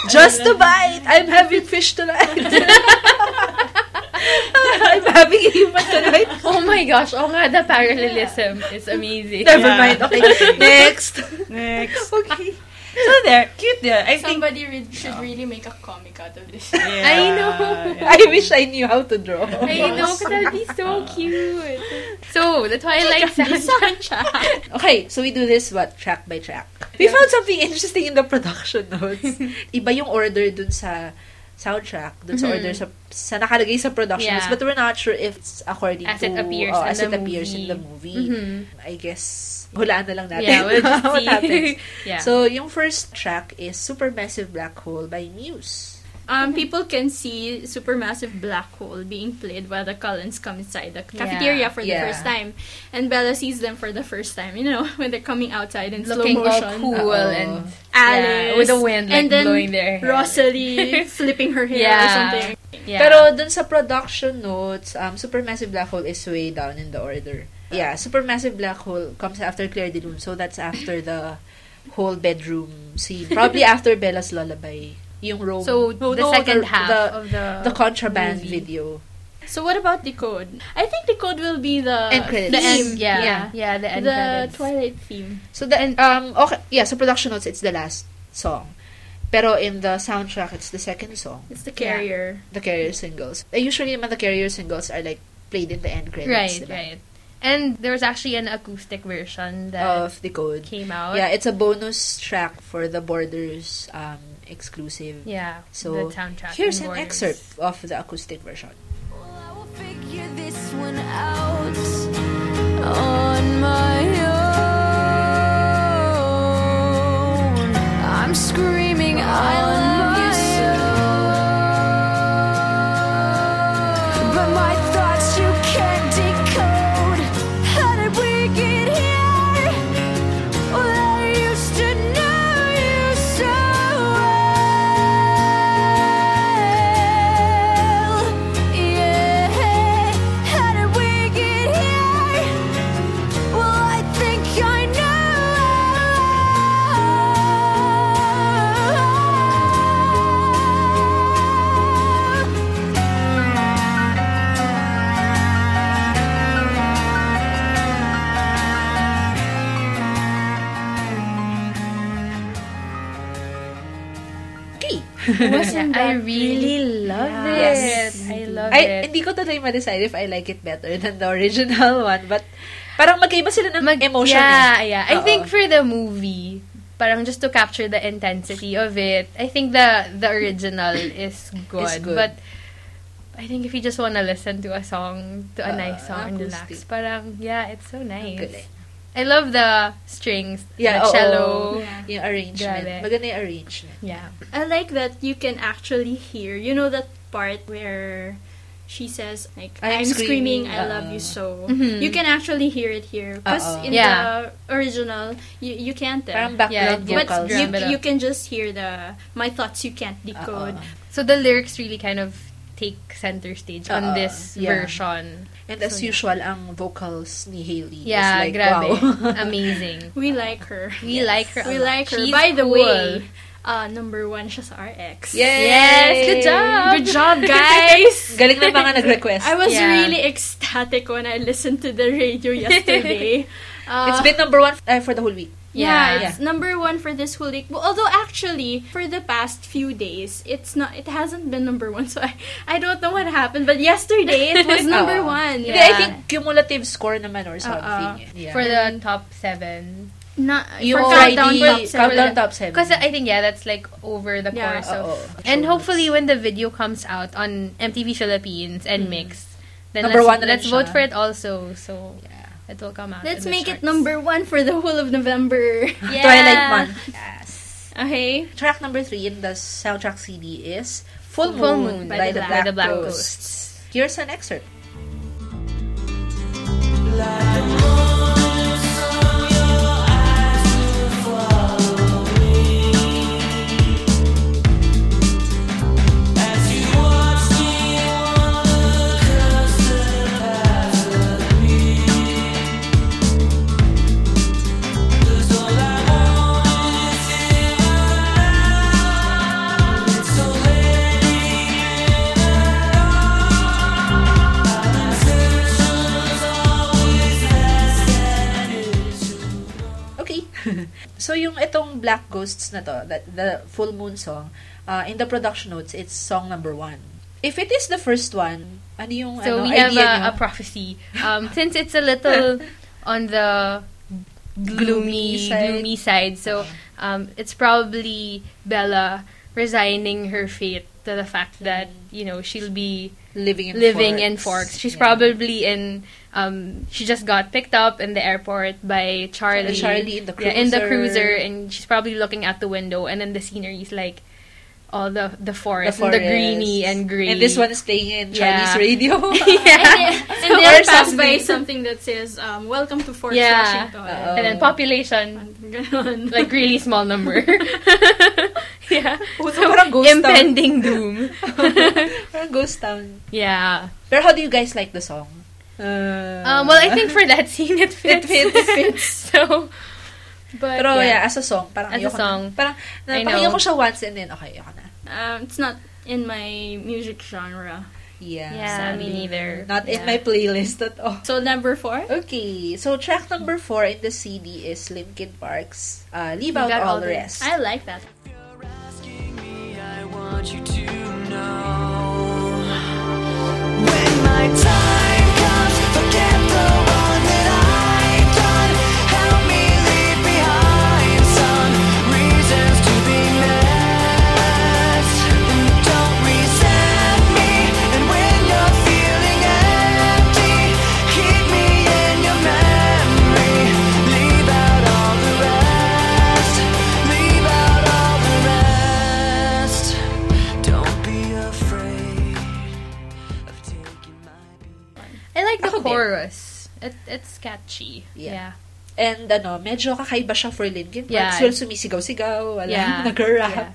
Just to bite! I'm having fish tonight. I'm having a human tonight.
Oh my gosh, oh nga, the parallelism is amazing.
Never
Yeah.
mind. Okay, next.
Next.
Okay.
So there, cute there. I think,
Somebody
Oh.
re- should really make a comic out of this.
yeah,
I know.
yeah.
I wish I knew how to draw.
I know, but that'd be so cute. So, the Twilight Saga.
Okay, so we do this what track by track. We found something interesting in the production notes. Iba yung order dun sa soundtrack, dun sa
Mhm.
order sa, sa nakalagay sa production notes,
Yeah.
but we're not sure if it's according
As
to
it appears
oh,
in
as
the
it appears in
movie.
the movie.
Mhm.
I guess hulaan na lang natin
Yeah, we'll just
what
see.
happens.
Yeah.
So yung first track is Supermassive Black Hole by Muse.
Um, people can see supermassive black hole being played while the Cullens come inside the cafeteria for the
Yeah.
first time, and Bella sees them for the first time. You know when they're coming outside in
Looking
slow
all
motion.
cool
Uh-oh.
and
Alice
yeah, with the wind like
and then
blowing their hair.
Rosalie flipping her hair
Yeah.
or something.
Yeah.
Pero dun sa production notes, um, Supermassive Black Hole is way down in the order.
Ah.
Yeah, Supermassive Black Hole comes after Claire de Lune, so that's after the whole bedroom scene. Probably after Bella's Lullaby, yung Rome.
so
No,
the
no,
second
the-
half
the-
of the
the contraband
movie.
video.
So what about Decode? I think Decode will be the
End credits.
The
end,
end,
yeah, yeah, the end
the
credits.
Twilight theme.
So the um okay, yeah, so production notes it's the last song. Pero in the soundtrack it's the second song,
It's the carrier.
the carrier singles. Eh, usually naman the carrier singles are like played in the end credits,
right,
diba?
right. And there was actually an acoustic version that
Of the code.
came out.
Oh. Yeah, it's a bonus track for the Borders um, exclusive.
Yeah, the
So,
soundtrack.
Here's
and borders.
an excerpt of the acoustic version.
Well, I will figure this one out on my own. I'm screaming, I love you so. But my thoughts you can't decode. How did we get here? Well, I used to know you so well. Yeah, how did we get here? Well, I think I know.
Okay.
Wasn't I really love
Yes.
it. I love
Mm-hmm. I,
it.
hindi ko tuloy ma-decide if I like it better than the original one, but parang magkaiba sila ng
Mag-
emotion.
Yeah,
eh.
yeah. I
Oo.
think for the movie, parang just to capture the intensity of it, I think the the original is good.
good.
But I think if you just want to listen to a song, to a
Uh,
nice song and relax,
acoustic.
parang, yeah, it's so nice.
Galing.
I love the strings, the
Yeah, oo.
cello.
Yung arrangement.
Grabe.
Maganda yung arrangement.
Yeah.
I like that you can actually hear. You know that part where she says like
I'm
I'm, screaming,
screaming,
I love
uh-uh.
you so.
Mhm.
You can actually hear it here because
Uh-uh.
in
Yeah.
the original you you can't. eh.
Parang
Yeah,
background
it gets
but
vocals.
you,
drum it up.
you can just hear the my thoughts you can't decode.
Uh-uh.
So the lyrics really kind of take center stage
Oo,
on this
Uh-uh. yeah.
version.
And
So,
as
yeah.
usual, ang vocals ni Hailey
Yeah,
is like,
grabe.
wow.
Amazing.
We like her.
We like her. a
We
lot.
like her.
She's
By the
cool.
way, uh, number one siya sa RX.
Yes, good job.
Good job, guys!
Galing na mga nag-request.
I was
Yeah.
really ecstatic when I listened to the radio yesterday. Uh,
It's been number one uh, for the whole week.
yeah,
Yeah.
it's number one for this whole week. Well, although actually, for the past few days, it's not. It hasn't been number one, so I, I don't know what happened. But yesterday, it was number
Oo.
one.
Hindi, I think cumulative score naman or something.
Uh-uh.
Yeah.
For the top seven.
Na,
Yung
for
Friday,
countdown top seven.
countdown Mm. top seven.
Because I think, yeah, that's like over the
Yeah, oh,
course of.
Oo.
And hopefully, when the video comes out on MTV Philippines and
Hmm.
Mix, then
Number
let's,
one na rin
let's vote
siya.
for it also. So
Yeah.
it will come out. in
Let's
the
make it
charts.
number one for the whole of November.
Yeah.
Twilight Month.
Okay.
Track number three in the soundtrack CD is Full,
Full
Moon, by, the Black, Ghosts. Here's an excerpt. Okay. so yung itong Black Ghosts na to, that, the Full Moon song, uh, in the production notes, it's song number one. If it is the first one, ano yung
So
ano,
we have
idea
a,
nyo?
a prophecy. Um, since it's a little on the gloomy,
Gloomy
gloomy
side.
side, so um, it's probably Bella resigning her fate to the fact that you know she'll be
living in
living in
forks.
Forks. She's
Yeah.
probably in. Um, she just got picked up in the airport by Charlie.
Charlie in the
Yeah, in the
cruiser.
cruiser, and she's probably looking out the window, and then the scenery is like all the the forest, and the greeny
forest.
and green.
And this one is playing in Chinese
Yeah.
radio.
yeah.
And then
Or
pass by
something.
something that says, um, Welcome to Fort
Yeah.
Washington.
Uh-oh.
And then population,
Ganon.
like really small number. yeah.
Puto, parang ghost town.
Impending doom.
Parang ghost town.
yeah.
Pero how do you guys like the song? Uh,
Um, well, I think for that scene, it
It
fits.
fits.
so, but
Pero yeah.
yeah.
as a song, parang
As a
ayoko
song.
Na, parang
I
napakinggan
know.
ko siya once and then, okay, ayoko na.
Um, it's not in my music genre.
Yeah.
Yeah, me neither.
Not in
Yeah.
my playlist at all.
So number four?
Okay, so track number four in the CD is Linkin Park's uh, Leave Out
Got All
All, the
the-
Rest.
I like that.
asking me, I want you to know. When my time comes, forget the wrong that I've done. Help me leave behind some reasons to be met. And don't resent me. And when you're feeling empty, keep me in your memory. Leave out all the rest. Leave out all the rest. Don't be afraid of taking my beat.
I like the
Ako din.
chorus. It, it's catchy.
Yeah. And ano, medyo kakaiba siya for Linkin Park.
Yeah.
Well, sumisigaw-sigaw, wala,
Yeah.
nag-rap.
Yeah.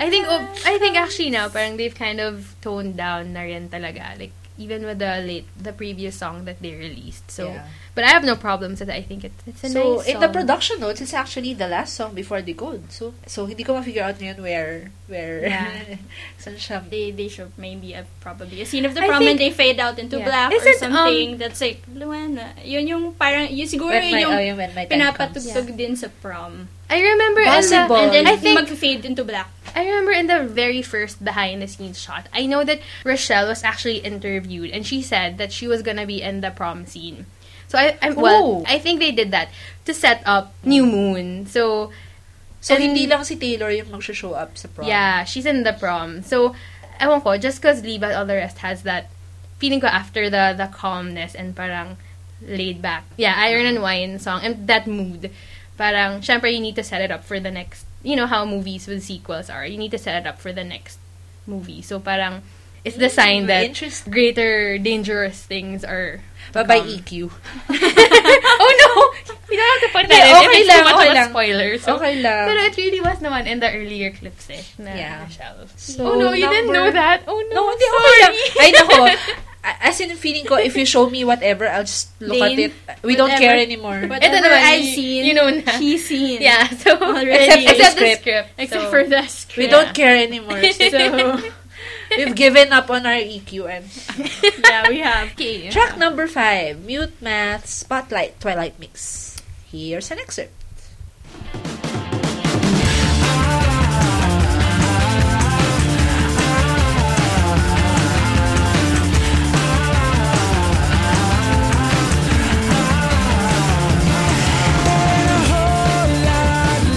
I think oh, I think actually now parang they've kind of toned down na rin talaga. Like even with the late the previous song that they released. So
Yeah.
but I have no problems with it. I think it's it's a
So,
nice
in the
song.
production notes, it's actually the last song before the gold. So, so hindi ko ma-figure out ngayon where, where,
Yeah.
saan siya.
They they should maybe have probably a scene of the
I
prom
think-
and they fade out into
Yeah.
black
Is
or
it, um,
something that's like Luana. Yun yung parang yun siguro
When my,
yung
oh, yung when my time comes.
pinapatugtog din sa prom.
I remember
Possible.
And,
And then
I think
mag-fade into black.
I remember in the very first behind the scenes shot, I know that Rochelle was actually interviewed and she said that she was gonna be in the prom scene. So I I'm, well,
Oh.
I think they did that to set up New Moon. So
So,
And-
hindi lang si Taylor yung mag-show up sa prom.
yeah, she's in the prom. So ewan ko, just cause Lee but all the rest has that feeling ko after the the calmness and parang laid back. Yeah, Iron and Wine song and that mood. Parang syempre you need to set it up for the next, you know how movies with sequels are. You need to set it up for the next movie. So parang it's the sign that
Hmm, Interesting.
greater dangerous things are
Bye-bye, EQ.
oh no! We don't have to put that
Hindi,
in.
okay
Okay it's
lang,
too much
okay
of a
lang.
spoiler. So.
Okay lang.
Pero it really was naman in the earlier clips eh. Na
Yeah.
Michelle.
So,
oh no, you didn't know
number-
that? Oh no,
No, hindi
sorry.
okay lang. Ay, nako. A- As in, feeling ko, if you show me whatever, I'll just look
Lane,
at it. We don't
whatever.
care
Ito
anymore.
Whatever
naman,
I've
you-
seen,
you know na.
he's seen.
Yeah, so
Already.
Except for the
except
script.
Except
So-
for the script.
We don't care anymore.
So,
We've given up on our EQ. And
yeah, we have.
Okay.
track number five, Mute Math Spotlight Twilight Mix. Here's an excerpt.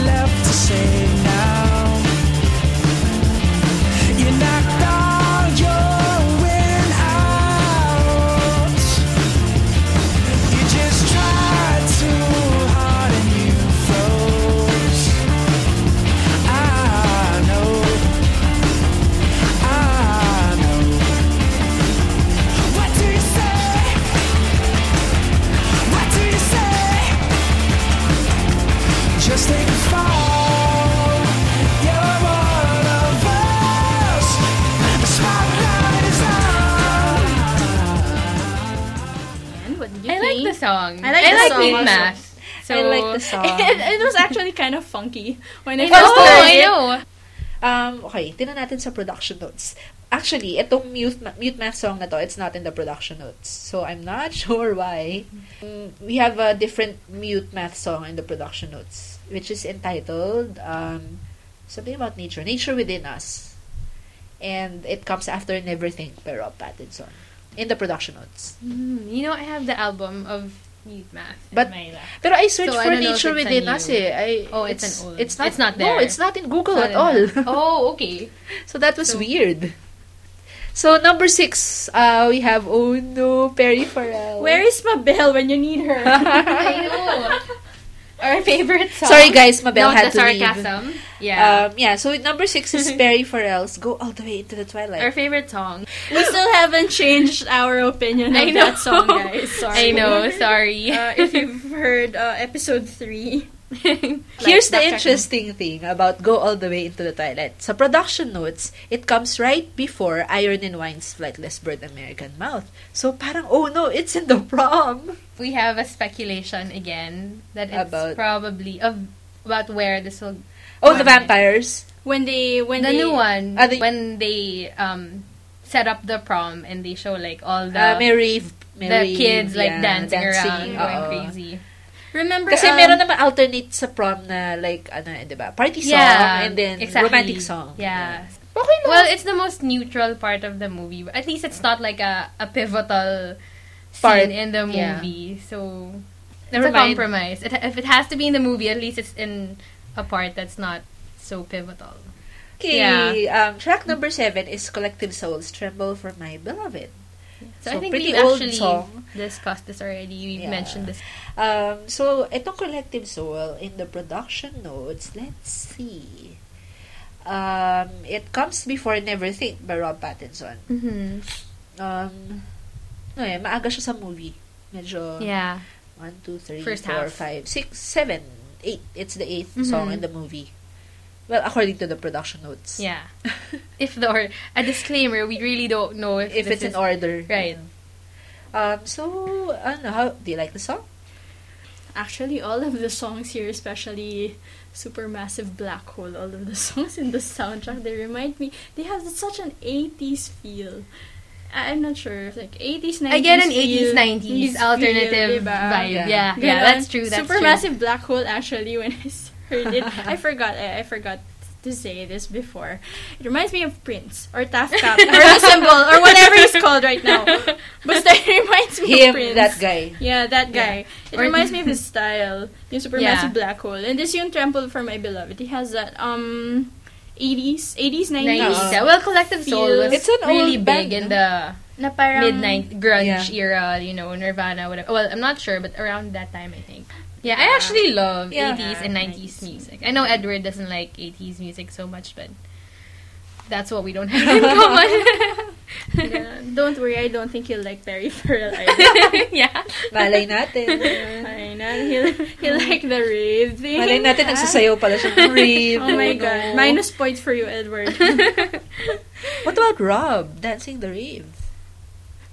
left to say now. You knocked all your wind out. You just tried too hard and you froze. I know. I know. What do you say? What do you say? Just take a fall. You're one of us. The spotlight is on.
What do you
I like
think?
the song.
I like the song
Meat
also.
Mass. So,
I like the song.
It, it was actually kind of funky when I
I
first
know,
heard
I
it.
know.
Um, okay, tinan natin sa production notes. Actually, itong mute, Ma- mute math song na to, it's not in the production notes. So, I'm not sure why. Mm, we have a different mute math song in the production notes, which is entitled um, something about nature, nature within us. And it comes after Never Think by Rob Pattinson in the production notes.
Mm, You know, I have the album of Meat Math.
But-
in my lap.
Pero I searched
So, I
for
don't know if
nature
it's a
within
new-
us eh. I,
Oh, it's an old-
It's not,
it's not
No,
there.
it's not in Google
Not
at
in
all.
that. Oh, okay.
So that was weird. So number six, uh, we have oh no Perry Farrell.
Where is Mabel when you need her?
I know. Our favorite song.
Sorry guys, Mabel
Note
had
the
to leave.
sarcasm. Yeah.
Um, yeah. So number six is Perry Farrell's "Go All the Way into the Twilight."
Our favorite song.
we still haven't changed our opinion
I
on
know.
that song, guys. Sorry.
I know, sorry.
Uh, if you've heard uh, episode 3,
Here's the
backtracking.
interesting thing about "Go All the Way into the Twilight." Sa production notes, it comes right before Iron and Wine's "Flightless Bird American Mouth." So parang oh no, it's in the prom.
we have a speculation again that it's
About-
probably of about where this will
Oh, the
Why?
vampires.
when they. when
the
they,
new one
Ah, the-
when they um set up the prom and they show like all the
Uh, Mary, Mary,
the kids like
yeah, uh,
dancing, around
oo.
going crazy.
Remember.
Kasi
um,
meron naman alternate sa prom na like ano, 'di ba? Party song
yeah,
and then
exactly.
romantic song.
Yeah.
Okay na.
Well, it's the most neutral part of the movie. At least it's not like a, a pivotal scene
Part,
in the
yeah.
movie. So it's
Never
a
mind.
compromise. It, if it has to be in the movie, at least it's in a part that's not so pivotal.
okay.
yeah.
Um, track number seven is Collective Souls Tremble for My Beloved.
So,
So,
I think
pretty
we
old
actually
song.
discussed this already. We
Yeah.
mentioned this.
Um, so itong Collective Soul in the production notes, let's see. Um, it comes before Never Think by Rob Pattinson.
Mm-hmm.
Um, no eh, maaga siya sa movie. Medyo
Yeah.
One, two, three,
First
four,
half.
five, six, seven, eight. It's the 8th
Mhm.
song in the movie. Well, according to the production notes.
Yeah. if the or a disclaimer, we really don't know if,
If
this
it's in
is-
order.
Right.
Um, so, ano, how, do you like the song?
Actually, all of the songs here, especially Supermassive Black Hole, all of the songs in the soundtrack, they remind me, they have such an 80s feel. I- I'm not sure if like 80s, 90s.
I get an 80s,
feel,
90s alternative
feel, diba?
vibe. Yeah, yeah,
Yeah.
Ganon.
that's true. That's true.
Supermassive Black Hole, actually, when I heard it, I forgot, I, I forgot to say this before. It reminds me of Prince, or Taft Cap, or the symbol, or whatever he's called right now. But it reminds me of
Him,
Prince.
that guy.
Yeah, that guy. It
Or-
reminds me of his style.
Yeah.
Yung Supermassive Black Hole. And this yung Trample for My Beloved. He has that, um, 80s, 80s, 90s.
90s. Yeah, well, Collective Soul
Feel-
was
It's an
really
old
big
band,
in the
Na parang,
mid 90s grunge
Yeah.
era, you know, Nirvana, whatever. Well, I'm not sure, but around that time, I think. Yeah, I actually love
Yeah.
80s and 90s music. I know Edward doesn't like 80s music so much, but that's what we don't have in common.
Yeah. Don't worry, I don't think he'll like Perry Farrell either.
yeah.
Malay natin.
Ay, na, he'll, he'll like the rave thing.
Malay natin, nagsasayaw pala siya ng rave.
Oh my
no?
god. Minus points for you, Edward.
What about Rob dancing the rave?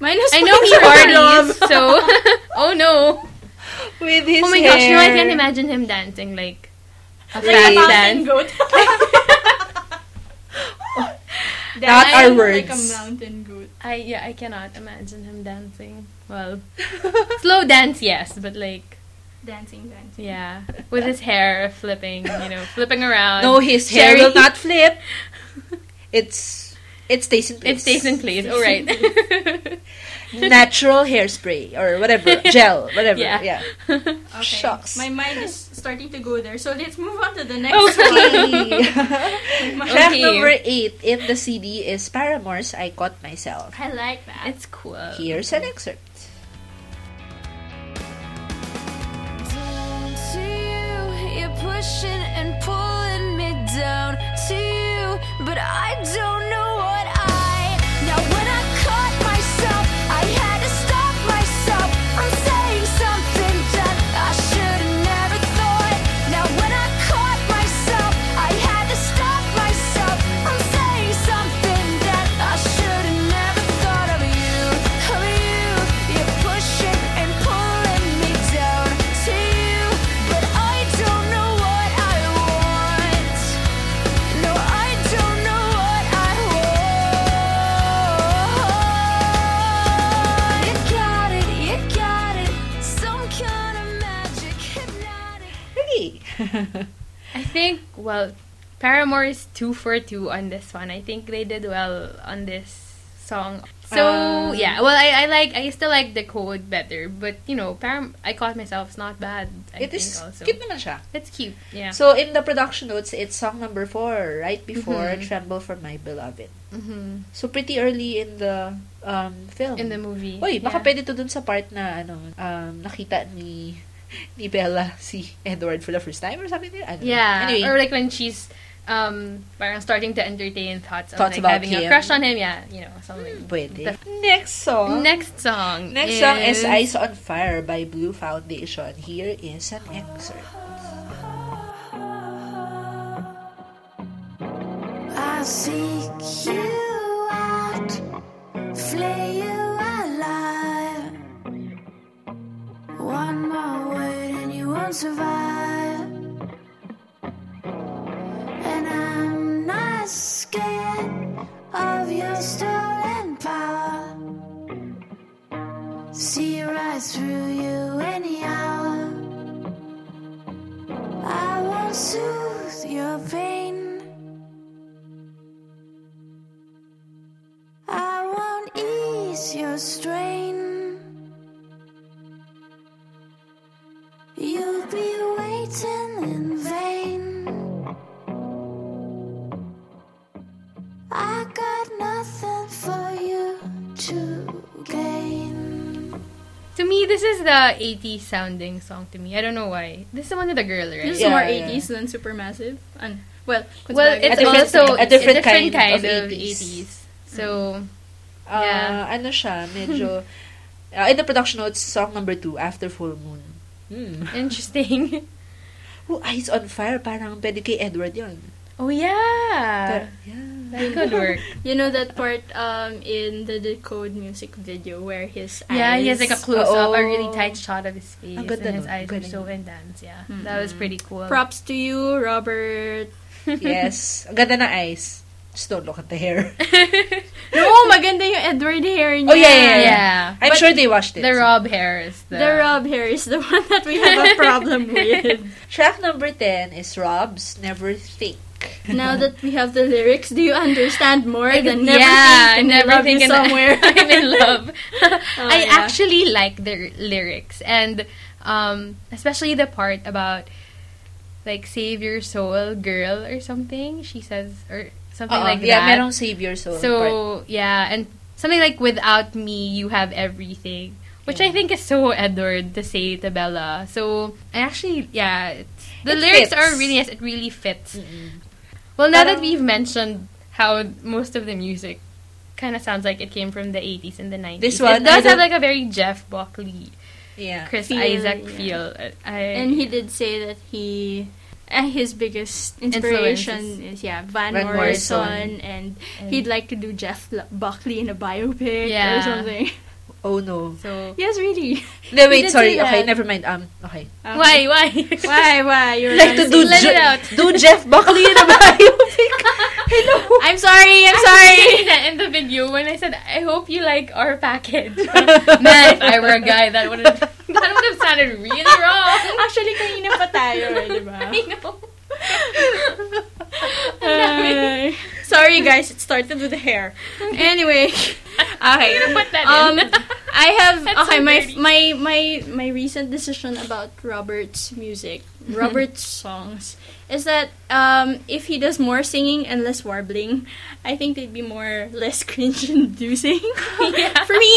Minus
I know
points
he
for
parties,
Rob.
so oh no.
With his
oh my
hair.
gosh, no, I can't imagine him dancing like a
Like
fast
a
Mountain
dance.
goat.
Not
Dancing
our
Like a
words.
mountain goat.
I yeah, I cannot imagine him dancing. Well, slow dance, yes, but like
Dancing, dancing.
yeah, with his hair flipping, you know, flipping around.
No, his hair
Cherry.
will not flip. It's it stays in place.
It stays in place. All oh, right.
Natural hairspray or whatever gel, whatever.
Yeah.
Yeah.
Okay.
Shucks.
My mind is starting to go there, so let's move on to the next
Okay. Track
Okay.
number eight in the CD is Paramore's "I Caught Myself."
I like that.
It's cool.
Here's an excerpt.
down to you. You're pushing and pulling me down to you, but I don't know what I. Now when I caught myself, I had to stop myself from saying something that I should have never thought. Now when I caught myself, I had to stop myself from saying something that I should have never thought of you, of you. You're pushing and pulling me down to you, but I don't know what I want. No, I don't know what I want. You got it, you got it. Some kind of magic, hypnotic.
Hey.
I think well, Paramore is two for two on this one. I think they did well on this song. So
Um,
yeah, well I, I like I still like the code better, but you know Param I caught myself it's not bad. I
it
think
is
also
cute naman siya.
it's cute. Yeah.
So in the production notes, it's song number four, right before
Mm-hmm.
"Tremble for My Beloved."
hmm
So pretty early in the um, film.
In the movie.
Uy,
yeah.
baka pwede to dun sa part na ano, um, nakita ni ni Bella si Edward for the first time or something like that.
Yeah.
Anyway,
Or like when she's um parang starting to entertain thoughts of
Thoughts
like
about
having a
him.
crush on him, yeah, you know, something.
pwede.
The-
Next song.
Next song.
Hmm.
is...
Next song is Eyes on Fire by Blue Foundation. Here is an excerpt.
I seek you out, flay you alive. One more word and you won't survive. And I'm not scared of your stolen power. See right through you any hour. I will soothe your pain. I won't ease your strain. You'll be waiting in vain. I got nothing for you to gain.
To me, this is the 80s sounding song to me. I don't know why. This is the one with the girl, right?
This is
Yeah,
more
yeah.
80s than Supermassive. And, well,
well,
kunti
it's
A different-
also
a different kind of
80s.
80s.
So,
Uh,
Yeah.
Ano siya, medyo... uh, in the production notes, song number two, After Full Moon. Hmm.
Mm. interesting.
Oh, Eyes on Fire, parang pwede kay Edward yun.
Oh, yeah.
Pero- yeah.
That could work.
You know that part um in the Decode music video where his eyes...
Yeah, he has like a close up, a
Oo.
really tight shot of his face.
Ang ganda
and his
nun,
eyes are
galing.
so intense. Yeah. That was pretty cool.
Props to you, Robert.
Yes. Ang ganda ng eyes. Just don't look at the hair.
No, maganda yung Edward hair niya.
Oh, yeah, yeah,
yeah.
I'm sure they watched it.
The Rob hair is the.
The Rob hair is the one that we have a problem with.
Track number 10 is Rob's Never Think.
Now that we have the lyrics, do you understand more than never
yeah,
think and
never
I love
think
you
and
somewhere? Oh,
I'm in love. I
yeah.
actually like the r- lyrics and um, especially the part about like save your soul, girl, or something. She says or something
Oo,
Uh-uh.
like
Uh-uh. yeah,
that.
merong save your soul part.
so yeah, and something like without me, you have everything, which I think is so Edward to say to Bella. So I actually yeah, it's, the
It
lyrics
fits. um,
are really yes, it really fits. Well, now that
Parang-
we've mentioned how most of the music kind of sounds like it came from the 80s and the 90s.
This
It
one,
does have
I don't-
like a very Jeff Buckley,
Yeah.
Chris
Feel,
Isaac
yeah.
feel. I- I,
And he did say that he uh, his biggest inspiration is yeah Van,
Van
Morrison,
Morrison.
and he'd like to do Jeff L- Buckley in a biopic
Yeah.
or something.
Oh no.
so
yes, really.
No,
did
wait,
say
sorry.
that.
Okay, never mind. Um, okay.
Um,
why why
Why? Why? You're
Like to do,
let it
Je-
out.
do Jeff Buckley in a biopic. Hello.
I'm sorry. I'm
sorry.
sorry. That in the video when I said I hope you like our package. Man, if I were a guy, that would have that would have sounded really wrong.
Actually, kanina pa tayo, eh, di
I
ba?
know.
Uh, Ay. Sorry guys, it started with the hair. Anyway, okay.
I'm gonna put that
um,
in.
I have
That's so
okay my
dirty.
my my my recent decision about Robert's music, Robert's songs is that um if he does more singing and less warbling, I think they'd be more less cringe inducing.
Yeah.
for me,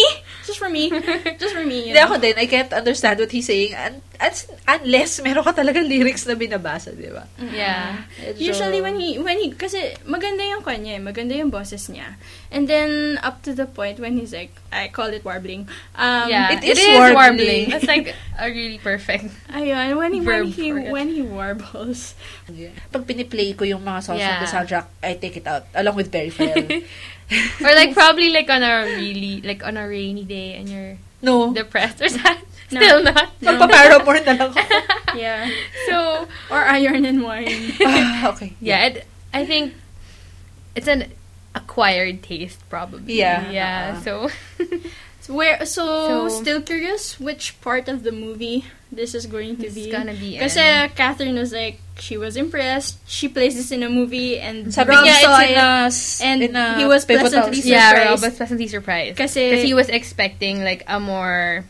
just for me, just for me. you
Hindi
know?
ako din. I can't understand what he's saying. Un- un- unless meron ka talaga lyrics na binabasa, di ba?
Yeah.
Usually when he when he kasi maganda yung kanya, eh, maganda yung boses niya. And then up to the point when he's like I call it warbling. Um
yeah.
it is warbling.
That's like a really perfect.
ayun when he when
Verb
he,
for it.
when he warbles.
Pag piniplay ko yung mga songs
Yeah.
on the soundtrack, I take it out. Along with Perry Farrell.
Or like probably like on a really like on a rainy day and you're
no.
depressed or sad. Still not.
Magpa-paramore na lang ako.
Yeah.
So
Or iron and wine.
Ah, okay.
yeah, it, I think it's an acquired taste probably.
Yeah.
Yeah. Uh-uh. So
So where so,
So-
still curious which part of the movie this is going to
it's
be.
gonna be.
Kasi
in.
Catherine was like she was impressed. She plays this in a movie and
Sabi
Rob
niya,
saw
it's in
it.
a,
and
in a
he was
paper
pleasantly
towel.
yeah, Rob
surprised.
was pleasantly surprised because
Kasi-
he was expecting like a more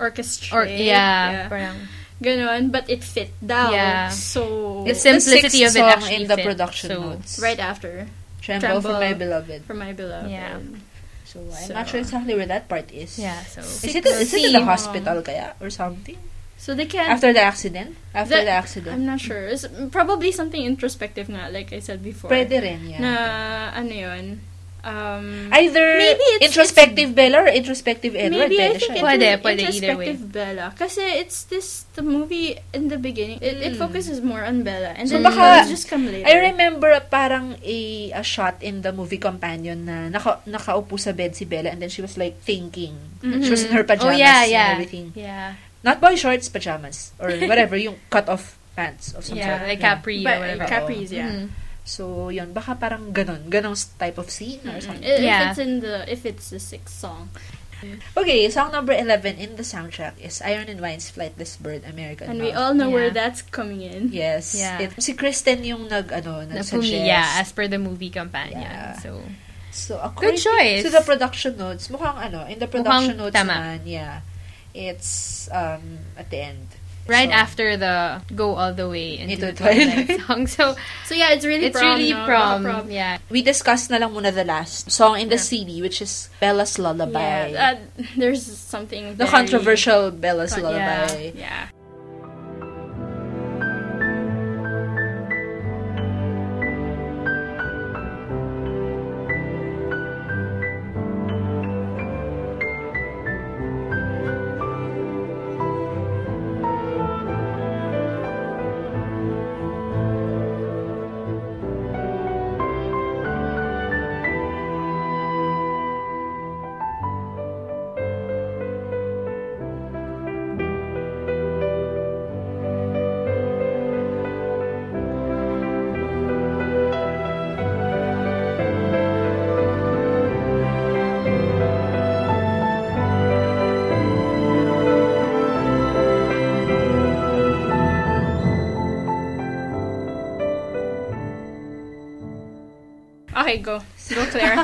orchestra. eh?
or yeah, parang
Ganon, but it fit down.
Yeah.
So,
the
It's the
simplicity
sixth
of it
song
actually
in the
fit,
production
so-
notes.
right after,
Tremble, for
Tremble.
my beloved.
for my beloved.
Yeah.
So, I'm
So-
not sure exactly where that part is.
yeah. So
Is it, is it in the
Sick
hospital kaya? Or something?
So they can.
After the accident? After
The-
the accident?
I'm not sure. It's probably something introspective nga, like I said before.
Pwede rin, yeah.
Na, ano yun? Um,
Either
Maybe it's-
introspective Bella or introspective Edward.
maybe I
Pwede
think
siya.
it's
eh.
Pwede,
an
pwede, either way.
introspective Bella. Kasi it's this, the movie in the beginning, it, it
Mm.
focuses more on Bella. And
So
then
baka-
baka, just come later.
I remember parang a, a shot in the movie Companion na naka, nakaupo sa bed si Bella and then she was like thinking. She was in her
oh
Mm-hmm.
pajamas
yeah, yeah,
and everything.
yeah,
Not boy shorts, pajamas. Or whatever, yung cut-off pants of some
yeah,
sort.
like Capri
But,
or whatever.
Capri's, yeah.
Mhm.
So, yun. Baka parang ganon. Ganong type of scene or
Mm-mm.
something.
If
Yeah.
it's in the, if it's the sixth song.
Okay, song number 11 in the soundtrack is Iron and Wine's Flightless Bird, American
And
Love.
we all know where
Yeah.
that's coming in.
Yes.
Yeah.
It, si Kristen yung nag, ano,
Na
nag-suggest.
pumi, yeah, as per the movie companion.
Yeah.
So
So,
Good
according
choice.
to the production notes, mukhang ano, in the production
Mukhang
notes
tama.
naman, yeah, it's um, at the end.
right
So,
after the go all the way into,
Into
the Twilight,
Twilight.
song. So
So yeah, it's really
it's
prom,
really
no?
prom.
Baka prom.
Yeah.
We discussed na lang muna the last song in the CD, which is Bella's Lullaby.
uh,
Yeah, that- there's something
the
very-
controversial Bella's
Con-
Lullaby.
Yeah, yeah. Okay, go. Go, Claire.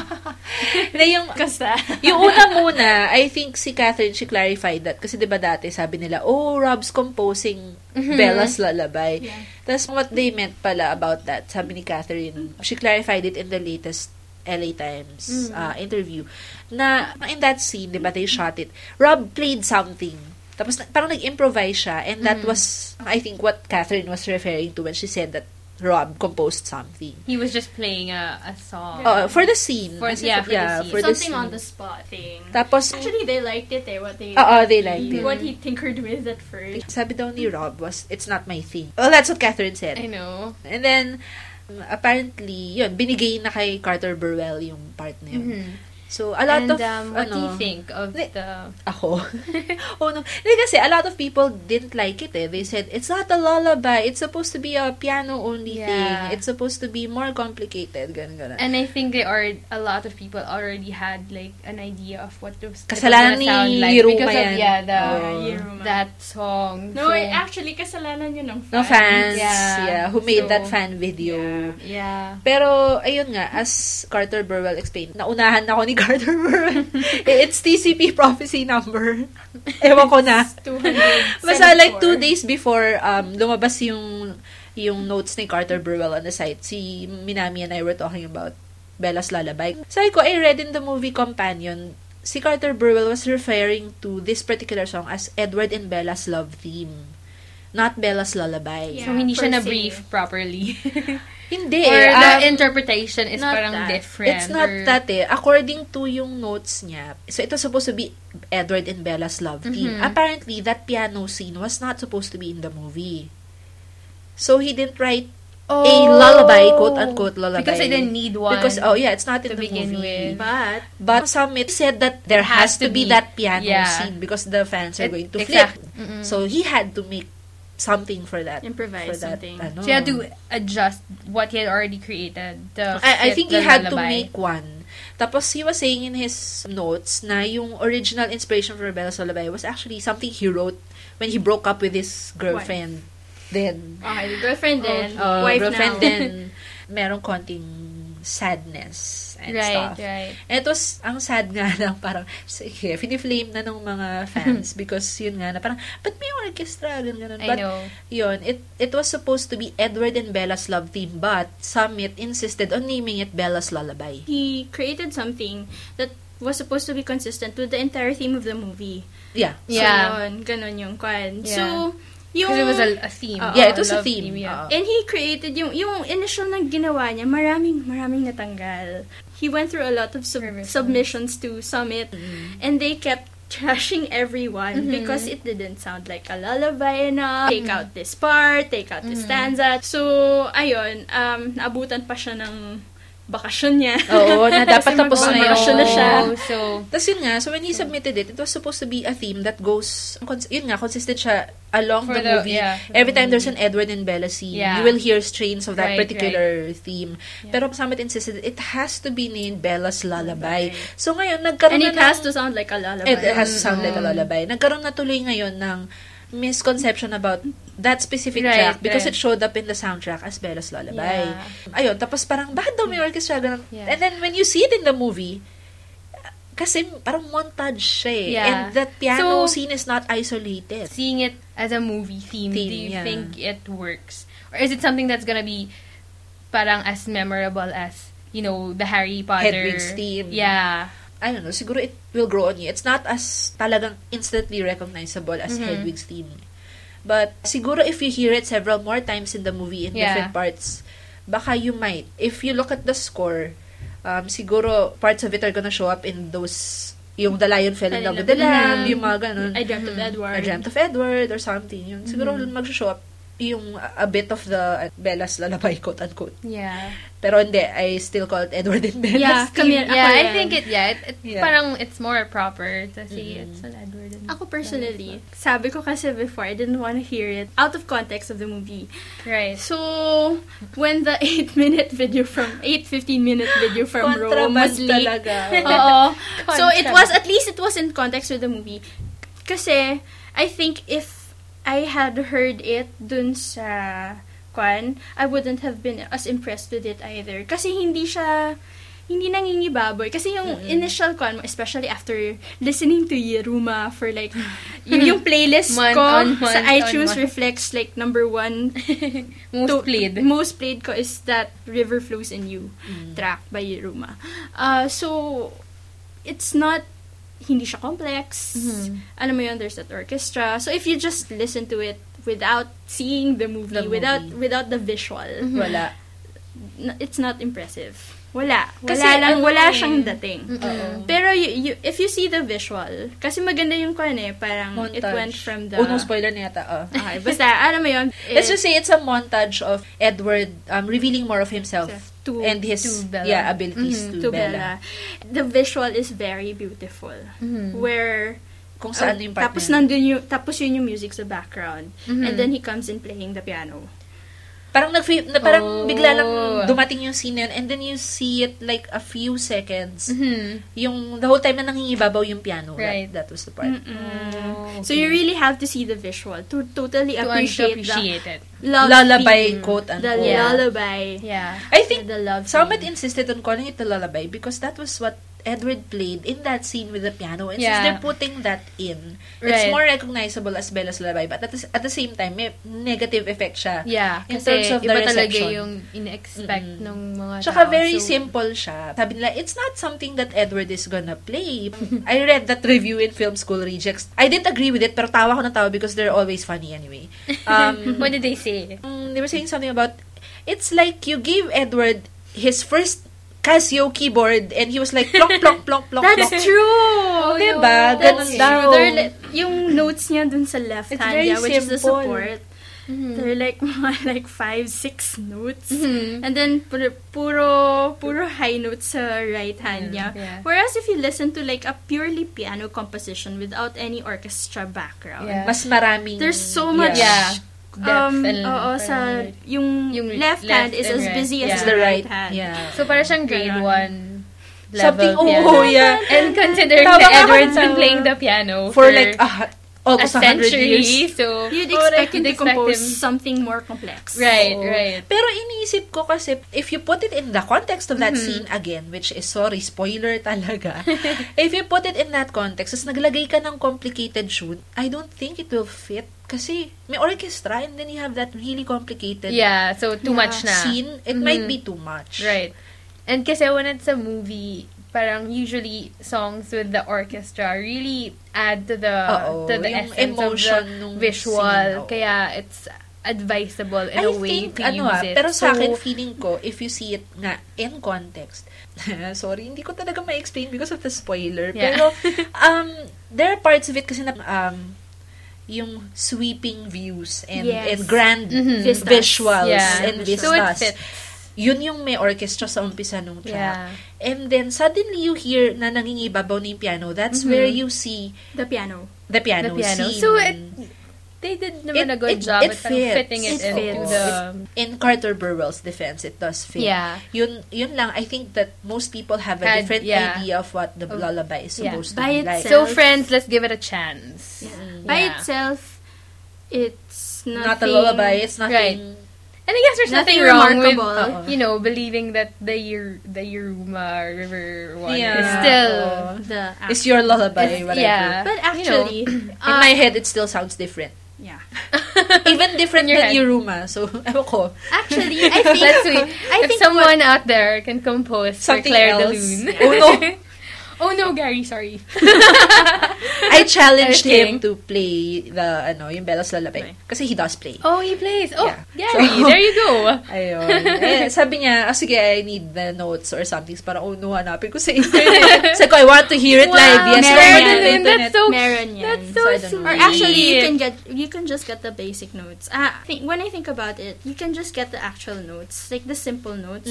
Na yung,
Kasta.
yung una muna, I think si Catherine, she clarified that. Kasi 'di ba dati, sabi nila, oh, Rob's composing
Mm-hmm.
Bella's Lullaby. That's what they meant pala about that, sabi ni Catherine. She clarified it in the latest LA Times
Mm.
uh, interview. Na in that scene, di ba, they shot it. Rob played something.
Mm-hmm.
Tapos na- parang nag-improvise siya. And that was, I think, what Catherine was referring to when she said that Rob composed something.
He was just playing a, a song.
Uh, for the scene.
For-
Kasi
yeah, for the scene.
for the
Something
scene.
on the spot thing.
Tapos,
Actually, they liked it. They what they
oo, they liked it.
what he tinkered with at first.
Sabi daw ni Rob was, it's not my thing. Well, that's what Catherine
I
said.
know.
And then, um, apparently, yun, binigay na kay Carter Burwell yung part na yun.
Mm-hmm.
So, a lot
Mm-hmm. And
of,
um, what do
ano,
you think of
Ni-
the...
Ako? oh, no. Hindi, kasi a lot of people didn't like it eh. They said, it's not a lullaby. It's supposed to be a piano-only
Yeah.
thing. It's supposed to be more complicated. Ganun, ganun.
And I think they are a lot of people already had like an idea of what it was, it was
Kasalanan
gonna sound
ni
like
Ruma
because of
yan.
yeah the
Oh.
Ruma.
that song.
No,
So,
eh, actually, kasalanan yun ng fans.
no fans. Yeah.
Yeah.
who made
So,
that fan video.
yeah.
Pero, ayun nga, as Carter Burwell explained, naunahan ako ni Carter Burwell. It's TCP prophecy number. Ewan ko na.
200.
Basta like two days before um lumabas yung yung notes ni Carter Burwell on the site, si Minami and I were talking about Bella's Lullaby. Sabi ko, I read in the movie Companion, si Carter Burwell was referring to this particular song as Edward and Bella's love theme. Not Bella's Lullaby.
So hindi siya
per se.
na-brief properly.
Hindi.
Or
um,
the interpretation is
not
parang
that.
different.
It's not
or-
that eh. According to yung notes niya, so it was supposed to be Edward and Bella's love
Mm-hmm.
team. Apparently, that piano scene was not supposed to be in the movie. So he didn't write a lullaby, quote-unquote lullaby.
Oh. Because I didn't need one.
Because, oh yeah, it's not
to
in the
begin
movie.
with.
But, but some it said that there has, to be, that piano
Yeah.
scene because the fans are
It-
going to
exact-
flip. So he had to make something for that. for
Improvise
that,
something.
ano.
So you had to adjust what he had already created. The
I, I
fit,
think
the
he had to
lullaby.
make one. Tapos he was saying in his notes na yung original inspiration for Bella's Lullaby was actually something he wrote when he broke up with his girlfriend. Then,
Okay, the girlfriend then.
uh,
wife
girlfriend
now.
then, merong konting sadness and
right,
stuff.
right.
And it was, ang sad nga lang, parang, sige, fini-flame na ng mga fans because yun nga na parang, ba't may orchestra? Ganun, ganun.
I
But
know.
Yun, it, it was supposed to be Edward and Bella's love theme, but Summit insisted on naming it Bella's Lullaby.
He created something that was supposed to be consistent with the entire theme of the movie.
Yeah.
Yeah.
So, yun, ganun yung kwan.
Yeah.
So, yung...
Because it was a, a theme.
Oo,
yeah, it was a
uh, love
theme.
yeah.
Oo.
And he created yung yung initial na ginawa niya, maraming maraming natanggal. He went through a lot of sub- submissions to Summit
Mm-hmm.
and they kept trashing everyone because it didn't sound like a lullaby enough. Take
Mm-hmm.
out this part, take out this stanza. So, ayun, um naabutan pa siya ng bakasyon niya.
Oo, na dapat
Kasi
tapos na yun.
magbabakasyon na siya.
Oh, so,
Tapos yun nga, so when
Hmm.
he submitted it, it was supposed to be a theme that goes, cons- yun nga, consistent siya along
For
the,
the-
movie.
yeah, for the
Every time there's an Edward and Bella scene,
Yeah.
you will hear strains of that
Right,
particular theme. Pero Summit insisted, it has to be named Bella's Lullaby. So ngayon, nagkaroon
and
na
it has
ng-
to sound like a lullaby.
It, it has to sound like a lullaby. Nagkaroon na tuloy ngayon ng misconception about that specific
Right,
track because
right.
it showed up in the soundtrack as Bella's Lullaby.
Yeah. Mm.
Ayun, tapos parang, bakit daw may orchestra? Ganun.
Yeah.
And then when you see it in the movie, kasi parang montage siya eh.
Yeah.
And that piano
So-
scene is not isolated.
seeing it as a movie theme,
Theme,
do you
yeah.
think it works? Or is it something that's gonna be parang as memorable as, you know, the Harry Potter?
Hedwig's theme.
Yeah.
I don't know, siguro it will grow on you. It's not as talagang instantly recognizable as Hedwig's theme. But siguro if you hear it several more times in the movie in
Yeah.
different parts, baka you might. If you look at the score, um, siguro parts of it are gonna show up in those, yung The Lion Fell in Love with the Lamb, yung mga ganun.
I dreamt of Edward.
I Dreamt of Mm-hmm. Edward Mm-hmm. or something. Yun. Siguro mag-show up yung uh, a bit of the uh, Bella's lullaby, quote-unquote.
Yeah.
Pero hindi, I still call it Edward and Bella's
Yeah,
theme.
kami, ako
yeah, I
yan.
think it, yeah, it, it
Yeah.
parang it's more proper to say it's an Edward and
Ako personally, sabi ko kasi before, I didn't want to hear it out of context of the movie.
Right.
So, when the 8-minute video from, 8-15 minute video from Rome
Contraband
was leaked.
talaga.
Oo. so, it was, at least it was in context with the movie. Kasi, I think if I had heard it dun sa kwan, I wouldn't have been as impressed with it either. Kasi hindi siya, hindi nangingibaboy. Kasi yung initial kwan mo, especially after listening to Yeruma for like, y- yung playlist
Month
ko
on month on
sa iTunes
month.
reflects like number one.
Most
to-
played.
Most played ko is that River Flows in You
Mm.
track by Yeruma. Uh, so, it's not
Mm-hmm.
hindi siya complex. Alam mo yun, there's that orchestra. So, if you just listen to it without seeing the movie,
The movie. Mm-hmm.
without without the visual,
Wala.
n- it's not impressive. Wala. Wala
Kasi
lang,
ano
wala
eh.
siyang dating.
Oo.
Pero you, you, if you see the visual, kasi maganda yung kwan eh, parang it
Montage.
went from the...
Oh, no spoiler na yata. ah.
Okay, basta, alam mo yun. eh,
Let's
it-
just say it's a montage of Edward um, revealing more of himself
To-
and his
to Bella.
yeah abilities
Mhm,
to, Bella.
The visual is very beautiful.
Mm-hmm.
Where um,
Kung saan yung part
Oh, tapos
niya.
nandun yung tapos yun yung music sa background
Mm-hmm.
and then he comes in playing the piano.
Parang nag na
Oh.
parang bigla lang dumating yung scene na yun and then you see it like a few seconds. Mm-hmm. Yung the whole time na nangingibabaw yung piano. That-
Mm-hmm. Right.
That, was the part.
Mm. So you really have to see the visual to totally
Mm-hmm. to
appreciate,
appreciate it.
the love
Lullaby
theme.
quote and
The lullaby.
Yeah.
I think
The love
Someone
theme.
insisted on calling it the lullaby because that was what Edward played in that scene with the piano. And since
Yeah.
they're putting that in, it's
Right.
more recognizable as Bella's lullaby. But at the, at the same time, may negative effect siya.
Yeah,
In
kasi
terms of the
iba talaga
reception.
yung in-expect
Mm-mm.
ng mga
Tsaka
tao.
very
So,
simple siya. Sabi nila, it's not something that Edward is gonna play. I read that review in Film School Rejects. I didn't agree with it, pero tawa ko na tawa because they're always funny anyway. Um,
What did they say?
Mm, they were saying something about it's like you gave Edward his first Casio keyboard and he was like plonk plonk plonk plonk.
That's
plonk.
Oh,
true.
Diba? Ganun
That's
daw.
true. They're li- yung notes niya dun sa left
It's
hand
very
niya, which is the
simple.
support.
Mm-hmm.
They're like mga like five, six notes. And then puro, puro puro high notes sa right hand niya.
yeah.
Whereas if you listen to like a purely piano composition without any orchestra background,
Yeah.
Mas maraming
there's so much
Yeah.
um
Depth and-
oo, sa yung,
Yung
left, hand
left and
is as
right.
busy
Yeah.
as
It's the right
hand.
Yeah.
So, para siyang grade
Ganon.
1 level
Something
piano.
oh yeah.
And considering
Tama
that
ka,
Edward's
tama.
been playing the piano
For like a, hu-
a
almost a hundred
century,
years.
so...
You'd
Oh, like,
expect him
you'd
to
expect
compose
him-
something more complex.
Right,
Oo.
right.
Oh. Pero iniisip ko kasi, if you put it in the context of that scene
Mm-hmm.
again, which is, sorry, spoiler talaga, if you put it in that context, tapos naglagay ka ng complicated tune, I don't think it will fit. Kasi may orchestra and then you have that really complicated
Yeah, so too much na. Mm-hmm.
scene, it might be too much.
Right. And kasi when it's a movie, parang usually songs with the orchestra really add to the
Oo,
to the
yung
essence
emotion
of
nung
the visual.
scene, oo.
Kaya it's advisable in
I
a way to
think, ano
use
ah,
it.
pero sa
So,
akin, feeling ko, if you see it nga in context, sorry, hindi ko talaga ma-explain because of the spoiler,
Yeah.
pero, um, there are parts of it kasi na, um, yung sweeping views and,
Yes.
and grand
Mhm.
Vistas.
visuals
Yeah.
and
So it
vistas.
fits.
yun yung may orchestra sa umpisa nung track.
Yeah.
And then, suddenly you hear na nangingibabaw na yung piano. That's where you see
The piano.
the piano,
Mm-hmm. The piano.
scene.
So it- they did naman a
It-
good
it-
job
it
at parang
fits.
fitting it,
It
into
fits.
the...
in Carter Burwell's defense, it does fit.
Yeah.
Yun, yun lang, I think that most people have a
Had-
different
yeah.
idea of what the lullaby is
yeah.
supposed
By
to be like.
itself,
So friends, let's give it a chance.
By
Yeah.
itself, it's nothing.
Not a lullaby, it's nothing...
And I guess there's nothing,
Nothing
wrong
remarkable.
with you know believing that the Yer- the Yeruma River one
Yeah.
is still
The act.
It's your lullaby,
It's-
whatever.
yeah. Um, you
But
know,
actually,
In
uh,
my head, it still sounds different.
yeah.
Even different
your head.
than Iruma. So, ewan ko.
Actually, I think
Let's see.
I
if
think
someone out there can compose
Something
for Claire
else.
Delune.
Oh, no.
oh no, Gary, sorry.
I challenged
kidding.
him to play the, ano, yung Bella's Lullaby. Kasi he does play.
Oh, he plays. Oh,
Yeah.
Gary,
So-
there you go.
Ayun. Eh, sabi niya, ah, sige, I need the notes or something. Parang, oh no, hanapin ko sa internet. Sabi ko, I want to hear it live. Yes,
Meron
I
Claire
need
yan.
the
Delune,
internet.
that's so
Meron yan.
that's so
So, I don't know.
sweet.
or actually, you can get you can just get the basic notes. Ah, I think when I think about it, you can just get the actual notes, like the simple notes,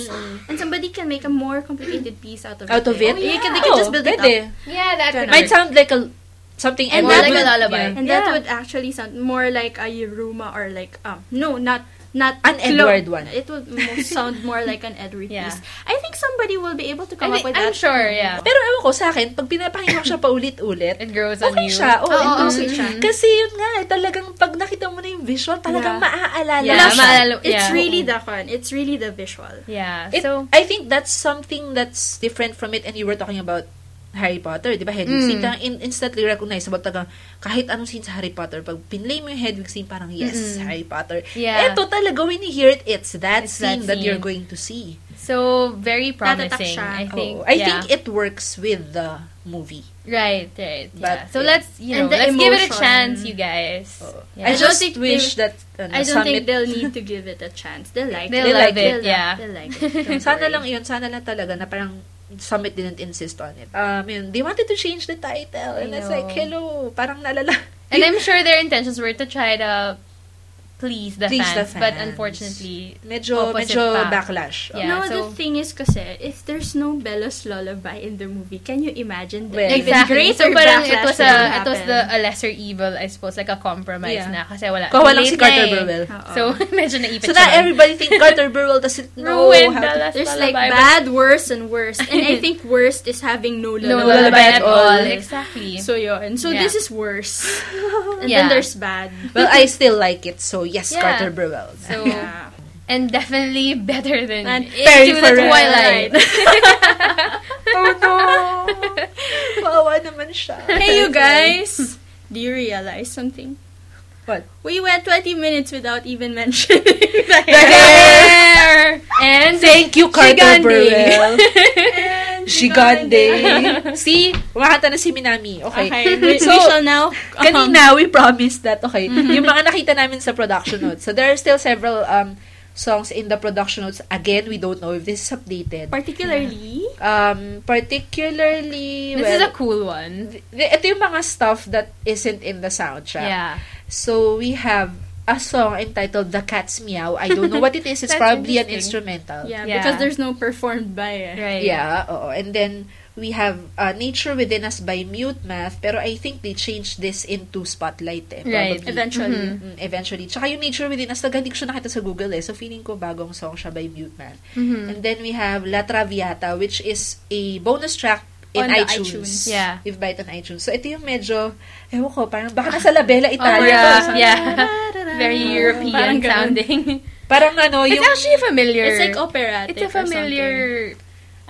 and somebody can make a more complicated piece out of
out
it. Oh,
of it.
You can, they can
Oh,
just build it up.
yeah, that could
It Oh, might
work.
sound like a something
And
More
that
like a
would-
lullaby.
yeah.
And that
Yeah.
would actually sound more like a Yoruma or like um no not not
An
clo-
Edward one.
It would mo- sound more like an Edward
Yeah.
piece. I think somebody will be able to
I
come up
think,
with
I'm
that.
sure, yeah.
Pero ewan ko sa akin, pag pinapakinggan ko siya paulit-ulit,
It grows on
okay
you.
siya. Oh,
Oo,
okay
okay siya.
Kasi yun nga, eh, talagang pag nakita mo na yung visual, talagang
Yeah.
maaalala
Yeah,
siya.
maalala-
It's
yeah.
really the one. It's really the visual.
Yeah.
It-
so
I think that's something that's different from it and you were talking about Harry Potter, di ba?
Mm.
Hedwig Scene, kang in- instantly recognizable. Tagang, kahit anong scene sa Harry Potter, pag pinlay mo yung Hedwig Scene, parang, yes, Harry Potter.
Yeah.
Eto talaga, when you hear it, it's that
It's that
scene that, you're
scene.
going to see.
So, very
Tatatak
promising.
siya. Oh,
I think.
Oo. Oh, I
yeah.
think it works with the movie.
Right, right. yeah.
But-
So let's, you know,
And the
let's give it a
emotion.
chance, you guys. Yeah.
Oh. I
I don't
just
think
wish that ano,
I don't think
summit-
they'll need to give it a chance. They like
They'll
it.
love it,
They'll
yeah.
They like it. Don't
Sana
worry.
lang yun, sana lang talaga na parang Summit didn't insist on it. Um, yun, they wanted to change the title. And
I
it's
know.
like, hello, parang nalala.
And I'm sure their intentions were to try to please the,
Please
fans,
the
but
fans.
unfortunately,
Medyo,
Opposite
medyo
pa.
backlash.
Yeah,
no,
so-
the thing is kasi, if there's no Bella's Lullaby in the movie, can you imagine the
Well,
even
exactly. So
greater
parang it
backlash
was a
that will
it was
happen?
the a lesser evil, I suppose, like a compromise
Yeah.
na kasi wala.
Kawa lang
late
si Carter
na eh.
Burwell.
Oo.
So medyo naipit
So
siya
now
nun.
everybody think Carter Burwell doesn't know
ruined
how
the
to...
last
There's like
lullaby,
bad, worse, and worst. And I think worst is having no
but no
lullaby.
lullaby
at
at all.
all.
Exactly.
So yun. So
Yeah.
this is worse. And
Yeah.
then there's bad.
Well, I still like it. So yes,
Yeah.
Carter Burwell.
So
Yeah.
and definitely better than
And
into the
Ferrell.
Twilight.
oh no! Kawawa naman siya.
Hey you guys! Do you realize something?
What?
We went 20 minutes without even mentioning the
The
hair.
hair!
and
Thank you, Carter
Gigante.
Burwell. Gigande. See? Kumakanta na si Minami. Okay.
Okay, we,
So,
we shall now... um,
Kanina, we promised that, okay,
Mhm.
yung mga nakita namin sa production notes. So, there are still several um, songs in the production notes. Again, we don't know if this is updated.
particularly...
Um, particularly,
this is
well,
a cool one.
th- ito yung mga stuff that isn't in the soundtrack.
Yeah.
So, we have a song entitled The Cat's Meow. I don't know what it is. It's
That's
probably an
interesting.
instrumental.
Yeah,
Yeah.
because there's no performed by eh.
Right.
Yeah, oo. And then, we have uh, Nature Within Us by Mute Math, pero I think they changed this into Spotlight eh,
Right.
probably.
Eventually.
Mm, eventually. Tsaka yung Nature Within Us, talaga hindi ko siya nakita sa Google eh. So, feeling ko bagong song siya by Mute Math.
Mm-hmm.
And then, we have La Traviata, which is a bonus track in
On the
iTunes.
iTunes.
Yeah.
If buy it on iTunes. So, ito yung medyo, ewan ko, parang baka nasa Labella, Italia.
Ah. Oh, Yeah. yeah. Very European sounding.
Parang ano,
It's
yung... oh,
actually familiar.
It's like operatic
It's a familiar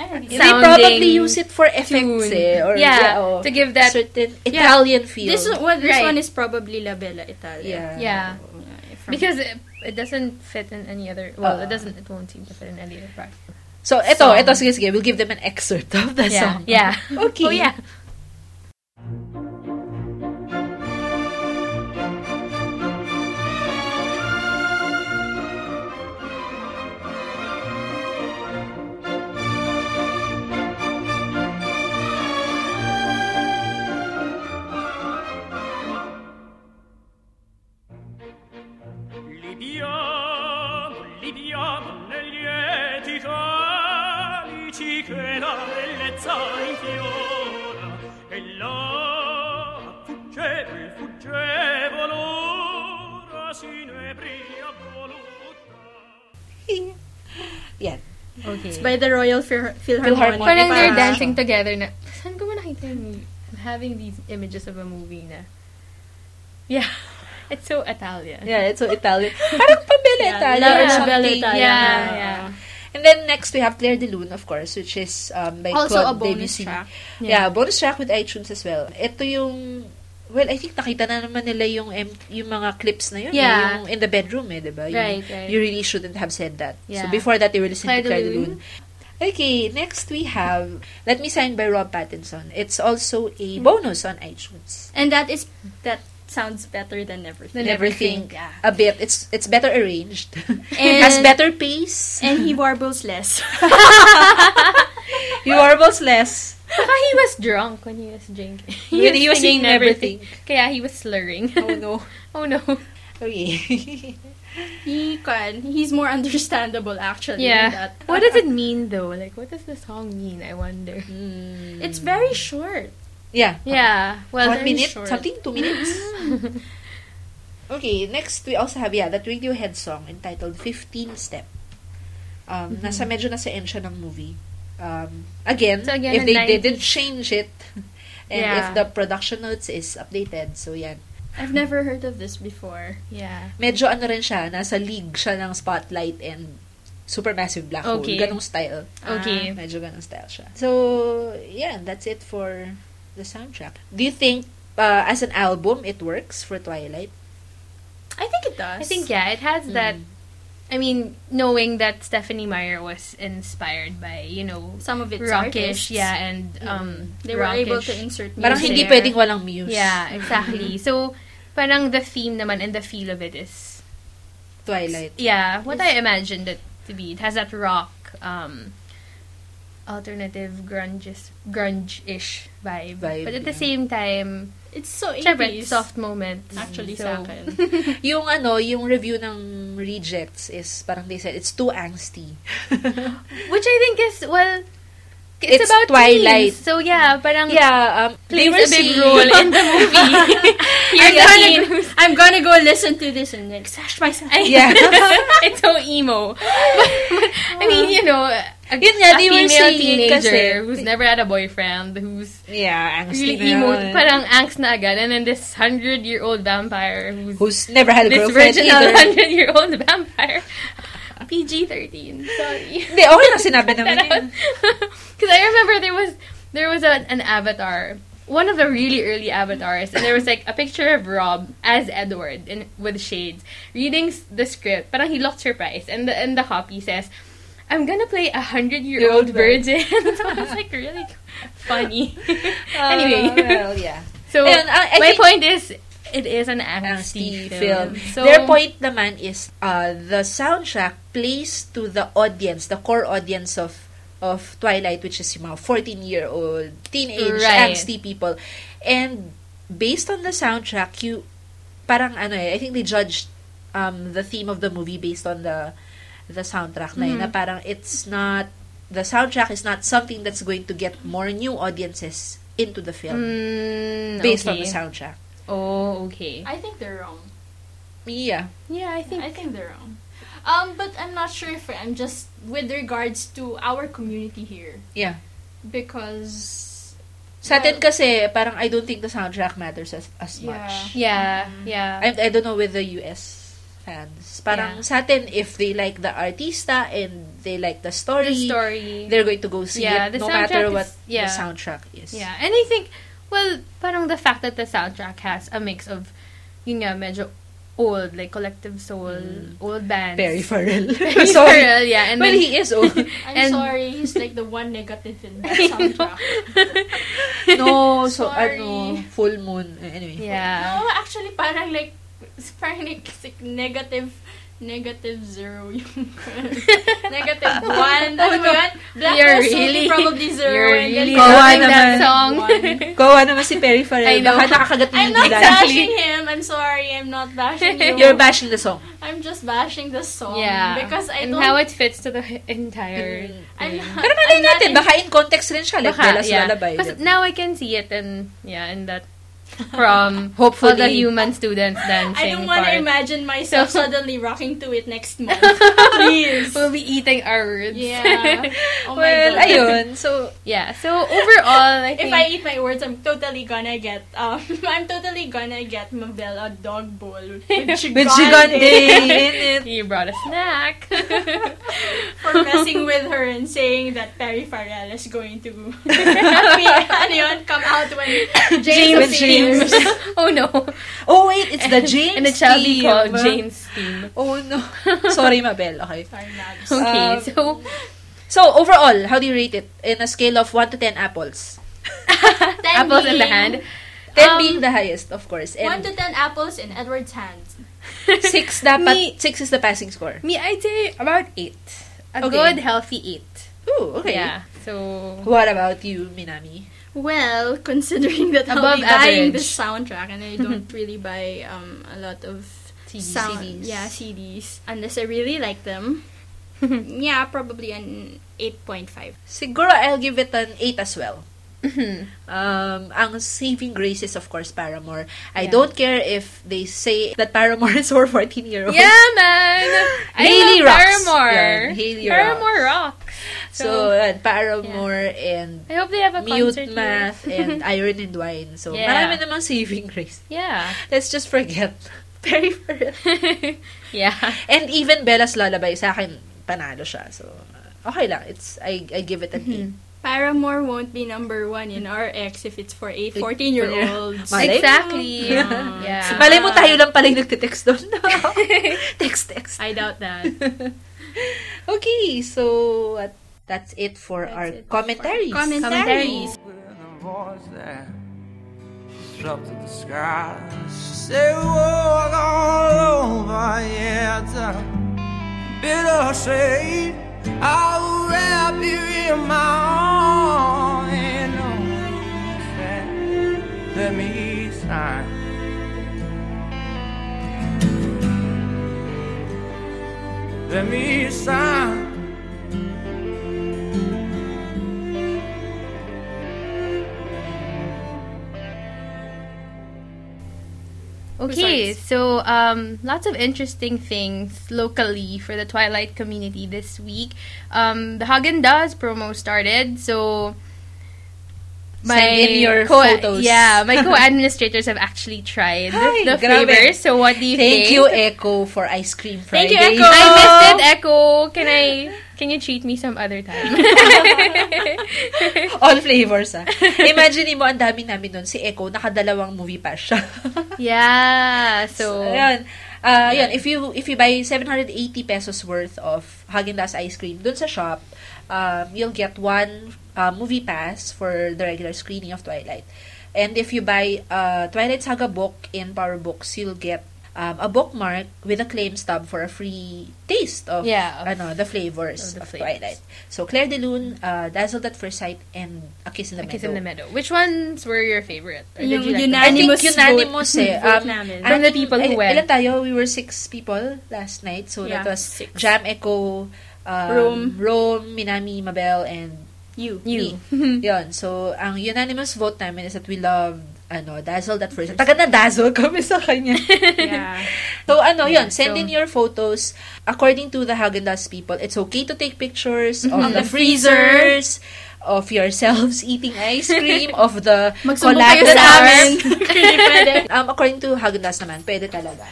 Or something.
They
sounding
probably use it for effects
tune.
eh. Or,
yeah,
oo.
to give that
certain Italian feel.
This one, well, this
Right.
one is probably La Bella
Yeah.
Italia.
yeah
From-
because it, it doesn't fit in any other. Well,
Uh-uh.
it doesn't. It won't seem to fit in any other part.
So, eto,
Song.
eto, sige, sige. We'll give them an excerpt of the
Yeah,
song.
yeah.
Okay.
Oh yeah.
Libiamo, libiamo negli lieti calici che la bellezza infiora e là fuggevol, fuggevol ora si nebria voluttà.
Yan.
Okay.
By the Royal Phil- Philharmonic.
Philharmonic.
Parang they're
Parang-
dancing together na. Saan ko ba nakita yung- I'm having these images of a movie na. Yeah. It's so Italian.
Yeah, it's so Italian. Parang pabela Italia
La
or
Bella
something.
Italia.
Yeah, yeah.
And then next, we have Claire de Lune, of course, which is um, by
Also a
Claude
bonus
Debussy.
track.
Yeah. bonus track with iTunes as well. Ito yung... Well, I think nakita na naman nila yung em- yung mga clips na yun. eh,
Yeah.
yung in the bedroom, eh, diba? Yung,
Right, right.
You really shouldn't have said that. So,
Yeah.
before that, they were listening
Claire
to
de
Claire de
Lune.
Lune. Okay, next we have Let Me Sign by Rob Pattinson. It's also a bonus on iTunes.
And that is that sounds better than everything.
Than
Never
everything,
think
yeah.
a bit. It's it's better arranged. Has better pace.
And he warbles less.
He warbles less.
Saka he was drunk when he was drinking. He
When he was singing everything.
Kaya he was slurring.
Oh no.
oh no.
Okay.
he can. He's more understandable actually.
Yeah.
than That.
What does it mean though? Like, what does the song mean? I wonder.
It's very short.
yeah.
Yeah. Well,
One
very
minute?
short. Mm-hmm.
Something? Two minutes? okay, next we also have, yeah, that Radiohead song entitled 15 Step. Um,
Mm-hmm.
Nasa medyo nasa end siya ng movie. Um, again,
So again,
if
a
they
90s.
didn't change it, and
Yeah.
if the production notes is updated, so yan.
I've never heard of this before.
Yeah.
Medyo ano rin siya, nasa league siya ng spotlight and supermassive black
Okay.
hole. Ganong style. Ah,
Okay.
Medyo ganong style siya. So, yeah, that's it for the soundtrack. Do you think, uh, as an album, it works for Twilight?
I think it does.
I think yeah, it has that.
Hmm.
I mean, knowing that Stephanie Meyer was inspired by you know
some of it's
rockish,
artists.
yeah, and um,
They were able
rockish-
to insert music.
Parang hindi
there.
pwedeng walang muse.
Yeah, exactly. so, parang the theme naman and the feel of it is
Twilight.
yeah, what I imagined it to be. It has that rock, um, alternative grunge grunge-ish vibe,
Vibe,
but at the
yeah.
same time,
It's so
syempre,
80s.
soft moments.
Actually,
so,
sa akin.
Yung ano, yung review ng Rejects is, parang they said, it's too angsty.
which I think is well, it's,
It's
about
Twilight.
teens. So yeah, parang
yeah, um,
plays
they were
a big
seeing-
role in the movie. Here's a teen who's-
I'm gonna go listen to this and like sash myself.
Yeah.
it's so emo. But, but, I mean, you know, a,
Yun
a
nga, they were
female
saying
teenager
kasi-
who's never had a boyfriend, who's
Yeah, angsty
really
na
emo,
yun.
parang angst na agad, and then this hundred-year-old vampire who's,
Who's never had a
this
girlfriend
virginal
either.
hundred-year-old vampire. PG-13, sorry.
Hindi, okay lang sinabi naman yun.
Because I remember there was there was a, an avatar, one of the really early avatars, and there was like a picture of Rob as Edward in with shades reading s- the script. But he looked surprised, and the and the copy says, "I'm gonna play a hundred year old virgin." so I was like really funny.
Uh,
anyway,
well, yeah.
so
Ayun, uh, I- I
my
think-
point is. It is an angsty,
angsty film.
film. So,
Their point naman is uh, the soundtrack plays to the audience, the core audience of of Twilight, which is yung mga 14-year-old, teenage,
Right.
angsty people. And based on the soundtrack, you, parang ano eh, I think they judged um, the theme of the movie based on the the soundtrack na yun,
Mm-hmm.
na parang it's not, the soundtrack is not something that's going to get more new audiences into the film
Mm,
based on
okay.
the soundtrack.
Oh, okay.
I think they're wrong.
Yeah.
Yeah, I think
I think they're wrong. Um, but I'm not sure if I'm just with regards to our community here
Yeah.
because
Sa atin kasi, parang I don't think the soundtrack matters as, as
Yeah.
much.
Yeah, yeah.
Mm. I, I don't know with the US fans. Parang
Yeah.
sa atin, if they like the artista and they like the story,
the
Mm-hmm.
story.
they're going to go see
Yeah,
it
the
no
soundtrack
matter what
is- yeah.
the soundtrack is.
Yeah, and I think, well, parang the fact that the soundtrack has a mix of, yun nga, medyo old, like Collective Soul,
Mm.
old bands.
Perry Farrell.
Peripheral,
Sorry.
yeah. And
Well,
then,
he is oh. old.
I'm
And-
sorry, he's like the one negative in that soundtrack.
no, so
Sorry.
ano, Full Moon. Eh, Anyway.
yeah.
No, Oh, actually, parang like, it's parang like, it's like negative, negative zero yung negative one. Ano ba yun? Black
You're
Hole Suit,
really-
probably 0
You're
and then
really
Kawa
loving that
naman.
song.
Gawa naman si Perry Farrell.
I know.
Baka nakakagat na
I'm
yung
not
dila.
bashing him. I'm sorry. I'm not bashing you.
You're bashing the song.
I'm just bashing the song.
yeah.
Because I
and
don't. Mm.
how it fits to the entire.
I'm not,
Pero malay natin, baka in context rin siya. Like,
Baka,
Bella's
yeah.
Lullaby.
Because now I can see it in, yeah, in that from
Hopefully.
all the human students dancing
I don't want to
part.
imagine myself
So-
suddenly rocking to it next month. Please.
We'll be eating our words.
Yeah. Oh my
well,
God.
ayun. So,
yeah. So overall, I
If
think
I eat my words, I'm totally gonna get um, I'm totally gonna get Mabel a dog bowl with gigante,
With Gigante in it.
you brought a snack.
for messing with her and saying that Perry Farrell is going to happy, ano yun, come out when
James James.
oh no.
Oh, wait, it's the James
and the child
team.
be called James team.
Oh, no. Sorry, Mabel. Okay.
Sorry, Mabs.
Okay,
Um,
so
So, overall, how do you rate it? In a scale of 1 to 10 apples.
Ten
apples in the
being-
hand.
10
Um,
being the highest, of course.
One to
And
ten apples in Edward's hands.
6 dapat,
Me-
6 is the passing score.
Me, I'd say about eight. A
Okay.
good healthy eight.
Ooh, okay.
Yeah. So
What about you, Minami?
Well, considering that I'll
Above
be buying
average.
the soundtrack and I don't really buy um, a lot of sound,
CDs.
yeah, CDs unless I really like them. yeah, probably an 8.5.
Siguro, I'll give it an 8 as well.
Mm-hmm.
Um, ang saving grace is, of course, Paramore. I
Yeah.
don't care if they say that Paramore is for 14-year-olds.
yeah, man. I
Hailey
love
rocks.
Paramore.
Yeah, Hailey
Paramore rocks.
So, uh, Paramore and
I hope they have a
Mute
concert. here.
Math and Iron and Wine. So,
Yeah.
marami namang saving grace.
yeah.
Let's just forget. Peripheral.
yeah.
And even Bella's Lullaby sa akin, panalo siya. So, uh, okay lang. It's, I, I give it an
Mm-hmm.
Paramore won't be number one in our X if it's for eight 14 year olds.
Malay mo.
Exactly.
Yeah.
yeah.
8. Malay mo tayo lang pala yung nagtitext doon. text, text.
I
Ah.
doubt that.
Okay, so uh, that's it for our commentaries.
Commentaries.
With a voice that disrupted the sky. She said, Walk all over, yeah, it's a bitter shade. I will wrap you in my arms. And oh, she said, Let me sign. Let me sign.
Okay, so um, lots of interesting things locally for the Twilight community this week. Um, the Hagen Dazs promo started, so
Send in your
co-
photos.
Yeah, my co-administrators have actually tried
Hi,
the
grabe.
flavors. So what do you
Thank
think?
you, Echo, for Ice Cream Friday.
Thank you, Echo. I missed it, Echo. Can I? Can you treat me some other time?
All flavors, ah. Imagine mo, ang dami namin nun. Si Echo, nakadalawang movie pa siya.
yeah. So
Ayan. Ah, yun, if you if you buy 780 pesos worth of Häagen-Dazs ice cream dun sa shop, um, you'll get one uh, movie pass for the regular screening of Twilight. And if you buy uh, Twilight Saga book in Power Books, you'll get um, a bookmark with a claim stub for a free taste of
Yeah, of-
ano, the flavors
of the
of,
flavors.
Twilight. So Claire de Lune, uh, Dazzled at First Sight, and A Kiss in
A
the Meadow.
Kiss in the Meadow. Which ones were your favorite? Or did
Yung
you like the-
Yuna-
I think
Unanimous
unanimous
vote.
eh.
Vote namin.
I
From the
think-
people who
il-
went.
Ilan tayo? We were six people last night. So
Yeah,
that was
six.
Jam Echo, um,
Rome.
Rome, Minami, Mabel, and
You.
you. me. Yun. So, ang unanimous vote namin is that we loved ano, dazzled at first. Taga na dazzle kami sa kanya.
Yeah.
So ano yun, send
so-
in your photos. According to the Häagen-Dazs people, it's okay to take pictures
Mm-hmm.
of the
the freezer.
freezers, of yourselves eating ice cream, of the
Magsumbong kayo sa amin.
collaterals.
Hindi pwede.
Um, according to Häagen-Dazs naman, pwede talaga.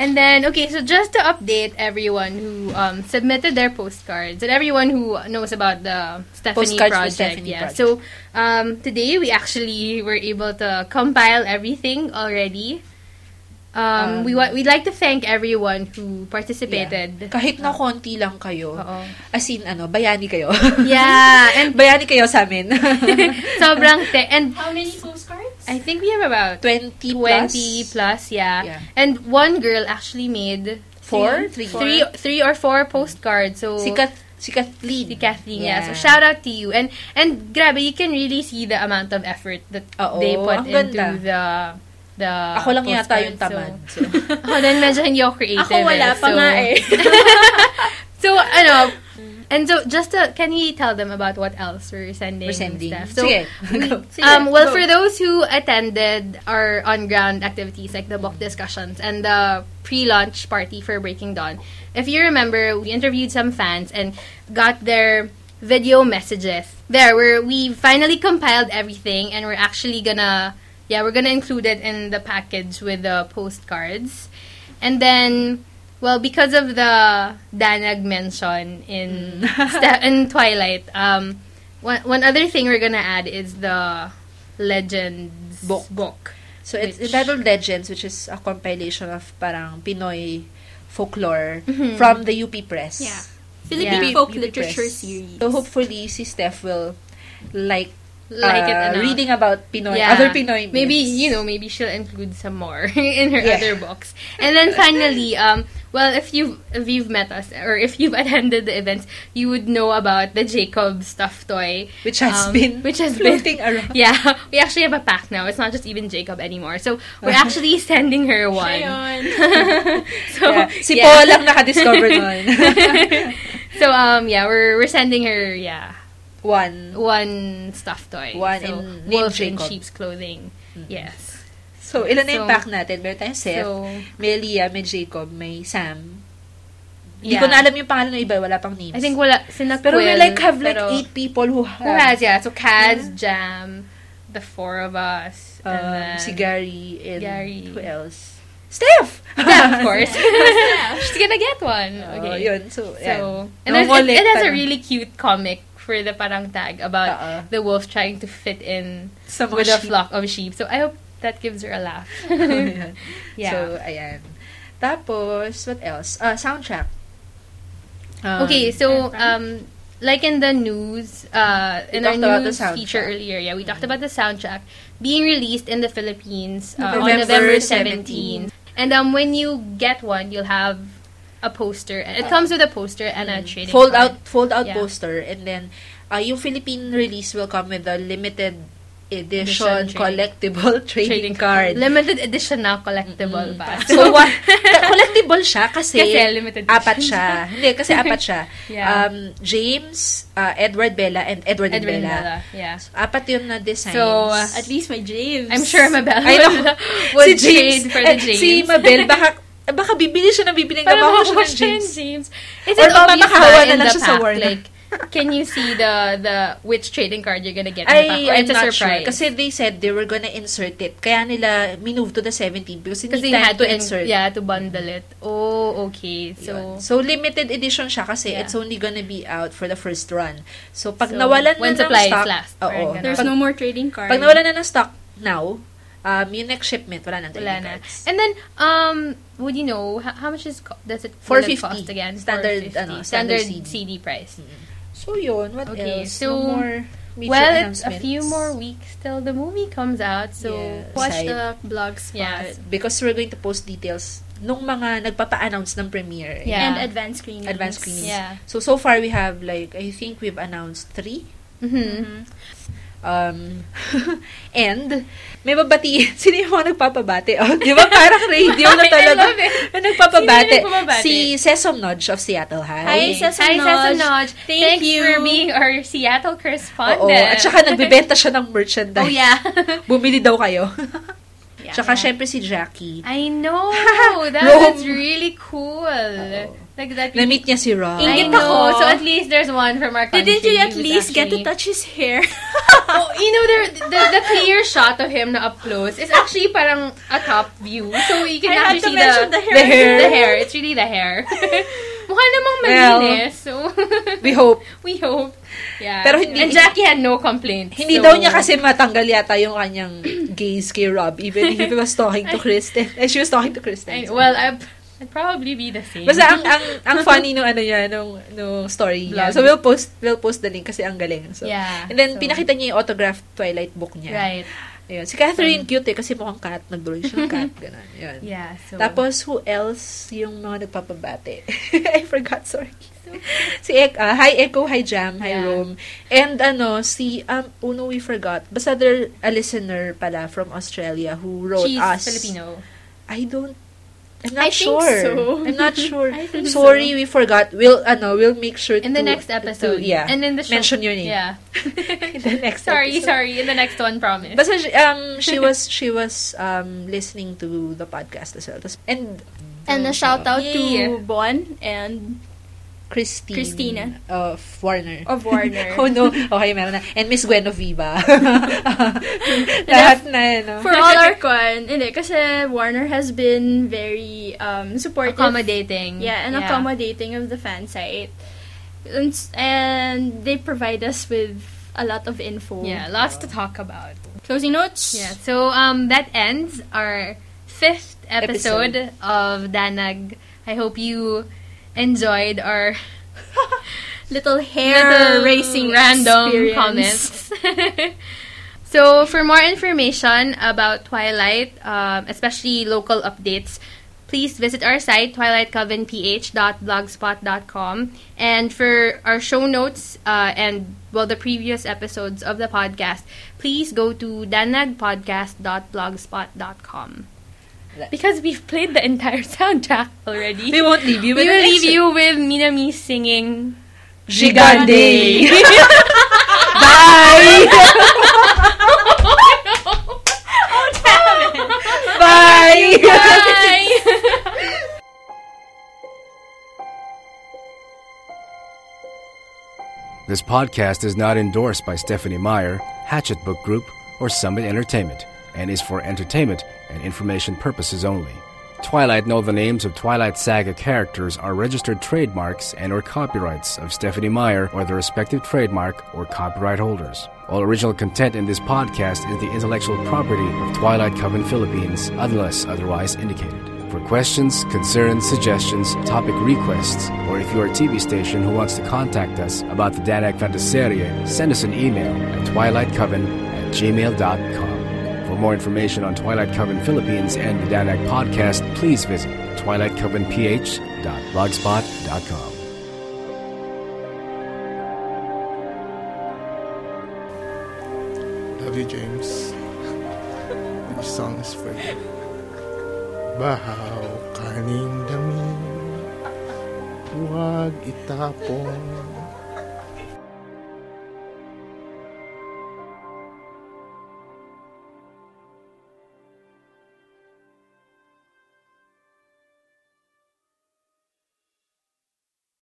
And then, okay, so just to update everyone who um, submitted their postcards and everyone who knows about the Stephanie
Postcards for
project.
Stephanie
yeah.
project.
So um, today we actually were able to compile everything already. Um,
Um,
we wa- we'd like to thank everyone who participated.
Kahit na konti lang kayo.
Ah. Oo.
As in, ano, bayani kayo.
Yeah, and
bayani kayo sa amin.
sobrang te- and
How many postcards?
I think we have about
20 plus.
20 plus, yeah.
Yeah.
And one girl actually made
Four?
three, three,
Three.
three or four postcards. So
Si, Kath, si Kathleen.
Si Kathleen, yeah. So
Yeah.
shout out to you. And and grabe, you can really see the amount of effort that
Oo,
they put
ang
into
ganda.
the the
Ako lang yata
postcards.
yung tamad.
So,
So,
ako din medyo hindi ako creative.
Ako wala
eh.
pa
so,
nga eh.
So, ano, and so just to, can we tell them about what else we're sending?
we're
and
sending.
stuff? So,
Sige. go.
um, well, for those who attended our on-ground activities like the book discussions and the pre-launch party for Breaking Dawn, if you remember, we interviewed some fans and got their video messages. There, where we finally compiled everything, and we're actually gonna, yeah, we're gonna include it in the package with the postcards, and then. Well, because of the Danag mention in
Mm.
Ste- in Twilight, um, one, one other thing we're gonna add is the legends
Book.
book.
So it's
Which-
entitled Legends, which is a compilation of parang Pinoy folklore
Mm-hmm.
from the UP Press.
Yeah.
Philippine
UP
folk
Press.
literature series.
So hopefully si Steph will like,
Like it
uh,
enough.
reading about Pinoy,
Yeah.
other Pinoy myths.
Maybe you know, maybe she'll include some more in her
Yeah.
other books. And then finally, um, well, if you if you've met us or if you've attended the events, you would know about the Jacob stuffed toy,
which has
um,
been
which has been
floating around.
Yeah, we actually have a pack now. It's not just even Jacob anymore. So we're actually sending her one.
Ayun.
so
Yeah. Si
yeah.
Paul lang nakadiscover nun.
so um yeah, we're we're sending her yeah
One.
one stuffed toy.
One
so,
in- named
wolf in
Jacob. Mm-hmm.
sheep's clothing. Yes.
So, ilan na yung
So-
pack natin? Meron tayong Seth,
So
may Leah, may Jacob, may Sam. Hindi
yeah.
ko na alam yung pangalan ng iba. Wala pang names.
I think wala sina
Pero we
Quill,
like have like
pero-
eight people who have.
Who has yeah? So Kaz, Jam, the four of us, and
Um,
then
si Gary and
Gary.
who else? Steph!
Yeah, of course. She's gonna get one.
Oh,
Okay.
yun.
So,
So,
uh,
yan.
and there's, it, it has a
Nangolekta
really cute comic for the parang tag about
Oo.
the wolf trying to fit in
na. sa mga
with a
sheep.
flock of sheep. So I hope that gives her a laugh.
Ayan.
Yeah.
So, ayan. Tapos, what else? Ah, soundtrack. Um,
okay, so um, like in the news, uh, in
We
our
talked about the
news feature
soundtrack.
earlier, yeah, we talked about the soundtrack being released in the Philippines uh, on
November
November 17.
17.
And um, when you get one, you'll have a poster. It comes with a poster and a trading
Ah. fold
card.
out fold out
Yeah.
poster and then uh, yung Philippine release will come with a limited
Edition trading-
edition collectible
trading
trading, card.
Limited edition na collectible pa.
So, what, collectible siya kasi,
Kasi limited edition.
apat siya. Hindi, kasi apat siya.
Yeah.
Um, James, uh, Edward Bella, and Edward, and
Edwin
Bella.
Bella. Yeah.
Apat yung na-designs.
So, uh,
at
At least my James.
I'm sure Mabel
I know.
would, would trade for the
eh,
James.
Si Mabel, baka, baka bibili siya na bibili.
Parang
Parang siya
makuha siya
ng
ng
James.
James. Is
Or
it obvious
mamakahawa
ba in
na lang
the
siya sa
pack?
Warner.
Like, can you see the the which trading card you're gonna get in the pack?
Ay,
Or
I'm
it's a
not
surprise.
sure. Kasi they said they were gonna insert it. Kaya nila minove to the 17 because
Kasi
hindi
you had
time to
to in-
insert.
Yeah, to bundle it. Oh, okay. So,
So, limited edition siya kasi
Yeah.
it's only gonna be out for the first run. So, pag
So,
nawalan na
when
ng
supply is
stock,
last,
oo,
parang ganun.
There's
pag,
no more trading cards.
pag nawalan na ng stock now, um, yung next shipment, wala na.
wala
ang trading
na.
cards.
And then, um, would you know, how, how much is, co- does it will it
450.
cost again?
Standard, ano, standard
standard,
CD.
CD price.
So, yun. What
Okay,
else?
so,
no more major
Well, it's a
announcements.
few more weeks till the movie comes out, so
Yes.
watch
Side.
the
the blog spot.
yeah,
Because we're going to post details nung mga nagpapa-announce ng premiere.
Yeah.
And advanced screenings.
Advanced screenings.
yeah.
So, so far we have like, I think we've announced three.
Mm-hmm.
Um, and, may babatiin. Sino yung mga nagpapabate? Oh, di ba parang radio na talaga?
love it.
May nagpapabate.
Sino nagpapabate?
Si Sesom Nudge of Seattle
Hi,
High.
Sesa
Hi, Sasa Nodge.
Thank
Thanks
you.
for being our Seattle correspondent.
Oo. At saka nagbebenta siya ng merchandise.
oh, yeah.
Bumili daw kayo.
Yeah.
Tsaka syempre si Jackie.
I know. That
Rome.
was really cool.
Oo.
Like that.
Na-meet niya si Rob.
I
Ingit
know.
ako.
So at least there's one from our country.
Didn't you at
who's
least get to
actually-
touch his hair?
Oh, you know, the, the, the clear shot of him na up close is actually parang a top view. So you can
I had to
actually see
mention the hair.
the hair.
The hair. It's really the hair. Mukha namang
Well,
malinis. so
We hope.
we hope. Yeah.
Pero hindi-
And Jackie had no complaints.
Hindi
so-
daw niya kasi matanggal yata yung kanyang gaze kay Rob. Even if he was talking to Kristen. Eh, she was talking to Kristen.
I, well, I'd, I'd probably be the same.
Basta ang ang ang funny nung ano niya nung nung story niya.
Vlog.
So we'll post we'll post the link kasi ang galing. So
Yeah,
And
so-
then pinakita niya yung autographed Twilight book niya.
Right.
Ayun. Si Catherine cute eh kasi mukhang cat, nagdulo siya ng cat ganun. Ayun.
Yeah. So.
Tapos who else yung mga nagpapabate? I forgot, sorry. si Ek, ah, hi Echo, hi Jam, hi
Yeah.
Rome. And ano, si um uno we forgot. Basta they're a listener pala from Australia who wrote
she's
us.
Filipino.
I don't I'm
I
not
think
sure.
so.
I'm not sure.
I think
Sorry, we forgot. We'll ano, we'll make sure
In the
to-
next episode.
to- yeah.
And in the show.
mention your name.
Yeah.
In the next
sorry,
episode.
sorry. In the next one, promise.
Basta she- um she was she was um listening to the podcast as well. Tas- And
And a shout out
Yeah.
to Bon and
Christine
Christina.
of Warner.
of Warner.
Oh no. Okay, meron na. And Miss Guenoviva. Lahat na, ano.
For all our con, hindi, kasi Warner has been very um, supportive.
accommodating.
Yeah, and accommodating of the fan site. And, s- and they provide us with a lot of info.
Yeah, lots to talk about.
Closing notes?
Yeah. So um, that ends our fifth episode,
Episode.
of Danag. I hope you enjoyed our
Little hair
little
racing
random
experience.
comments. so for more information about Twilight, um, especially local updates, please visit our site twilightcovenph.blogspot.com. And for our show notes uh, and well the previous episodes of the podcast, please go to danagpodcast.blogspot.com. Because we've played the entire soundtrack already.
We won't leave you
We
with
will
an
leave
extra-
you with Minami singing
Gigande! Bye!
Oh,
Bye!
This podcast is not endorsed by Stephanie Meyer, Hatchet Book Group, or Summit Entertainment, and is for entertainment and information purposes only. Twilight know the names of Twilight Saga characters are registered trademarks and or copyrights of Stephanie Meyer or their respective trademark or copyright holders. All original content in this podcast is the intellectual property of Twilight Coven Philippines unless otherwise indicated. For questions, concerns, suggestions, topic requests, or if you're a TV station who wants to contact us about the Danak Fantaserie, send us an email at twilightcoven at gmail.com. For more information on Twilight Coven Philippines and the Danak podcast, please visit twilightcovenph.blogspot.com.
Love you, James. Your song is for you. Bahaw kaning dami, huwag itapon.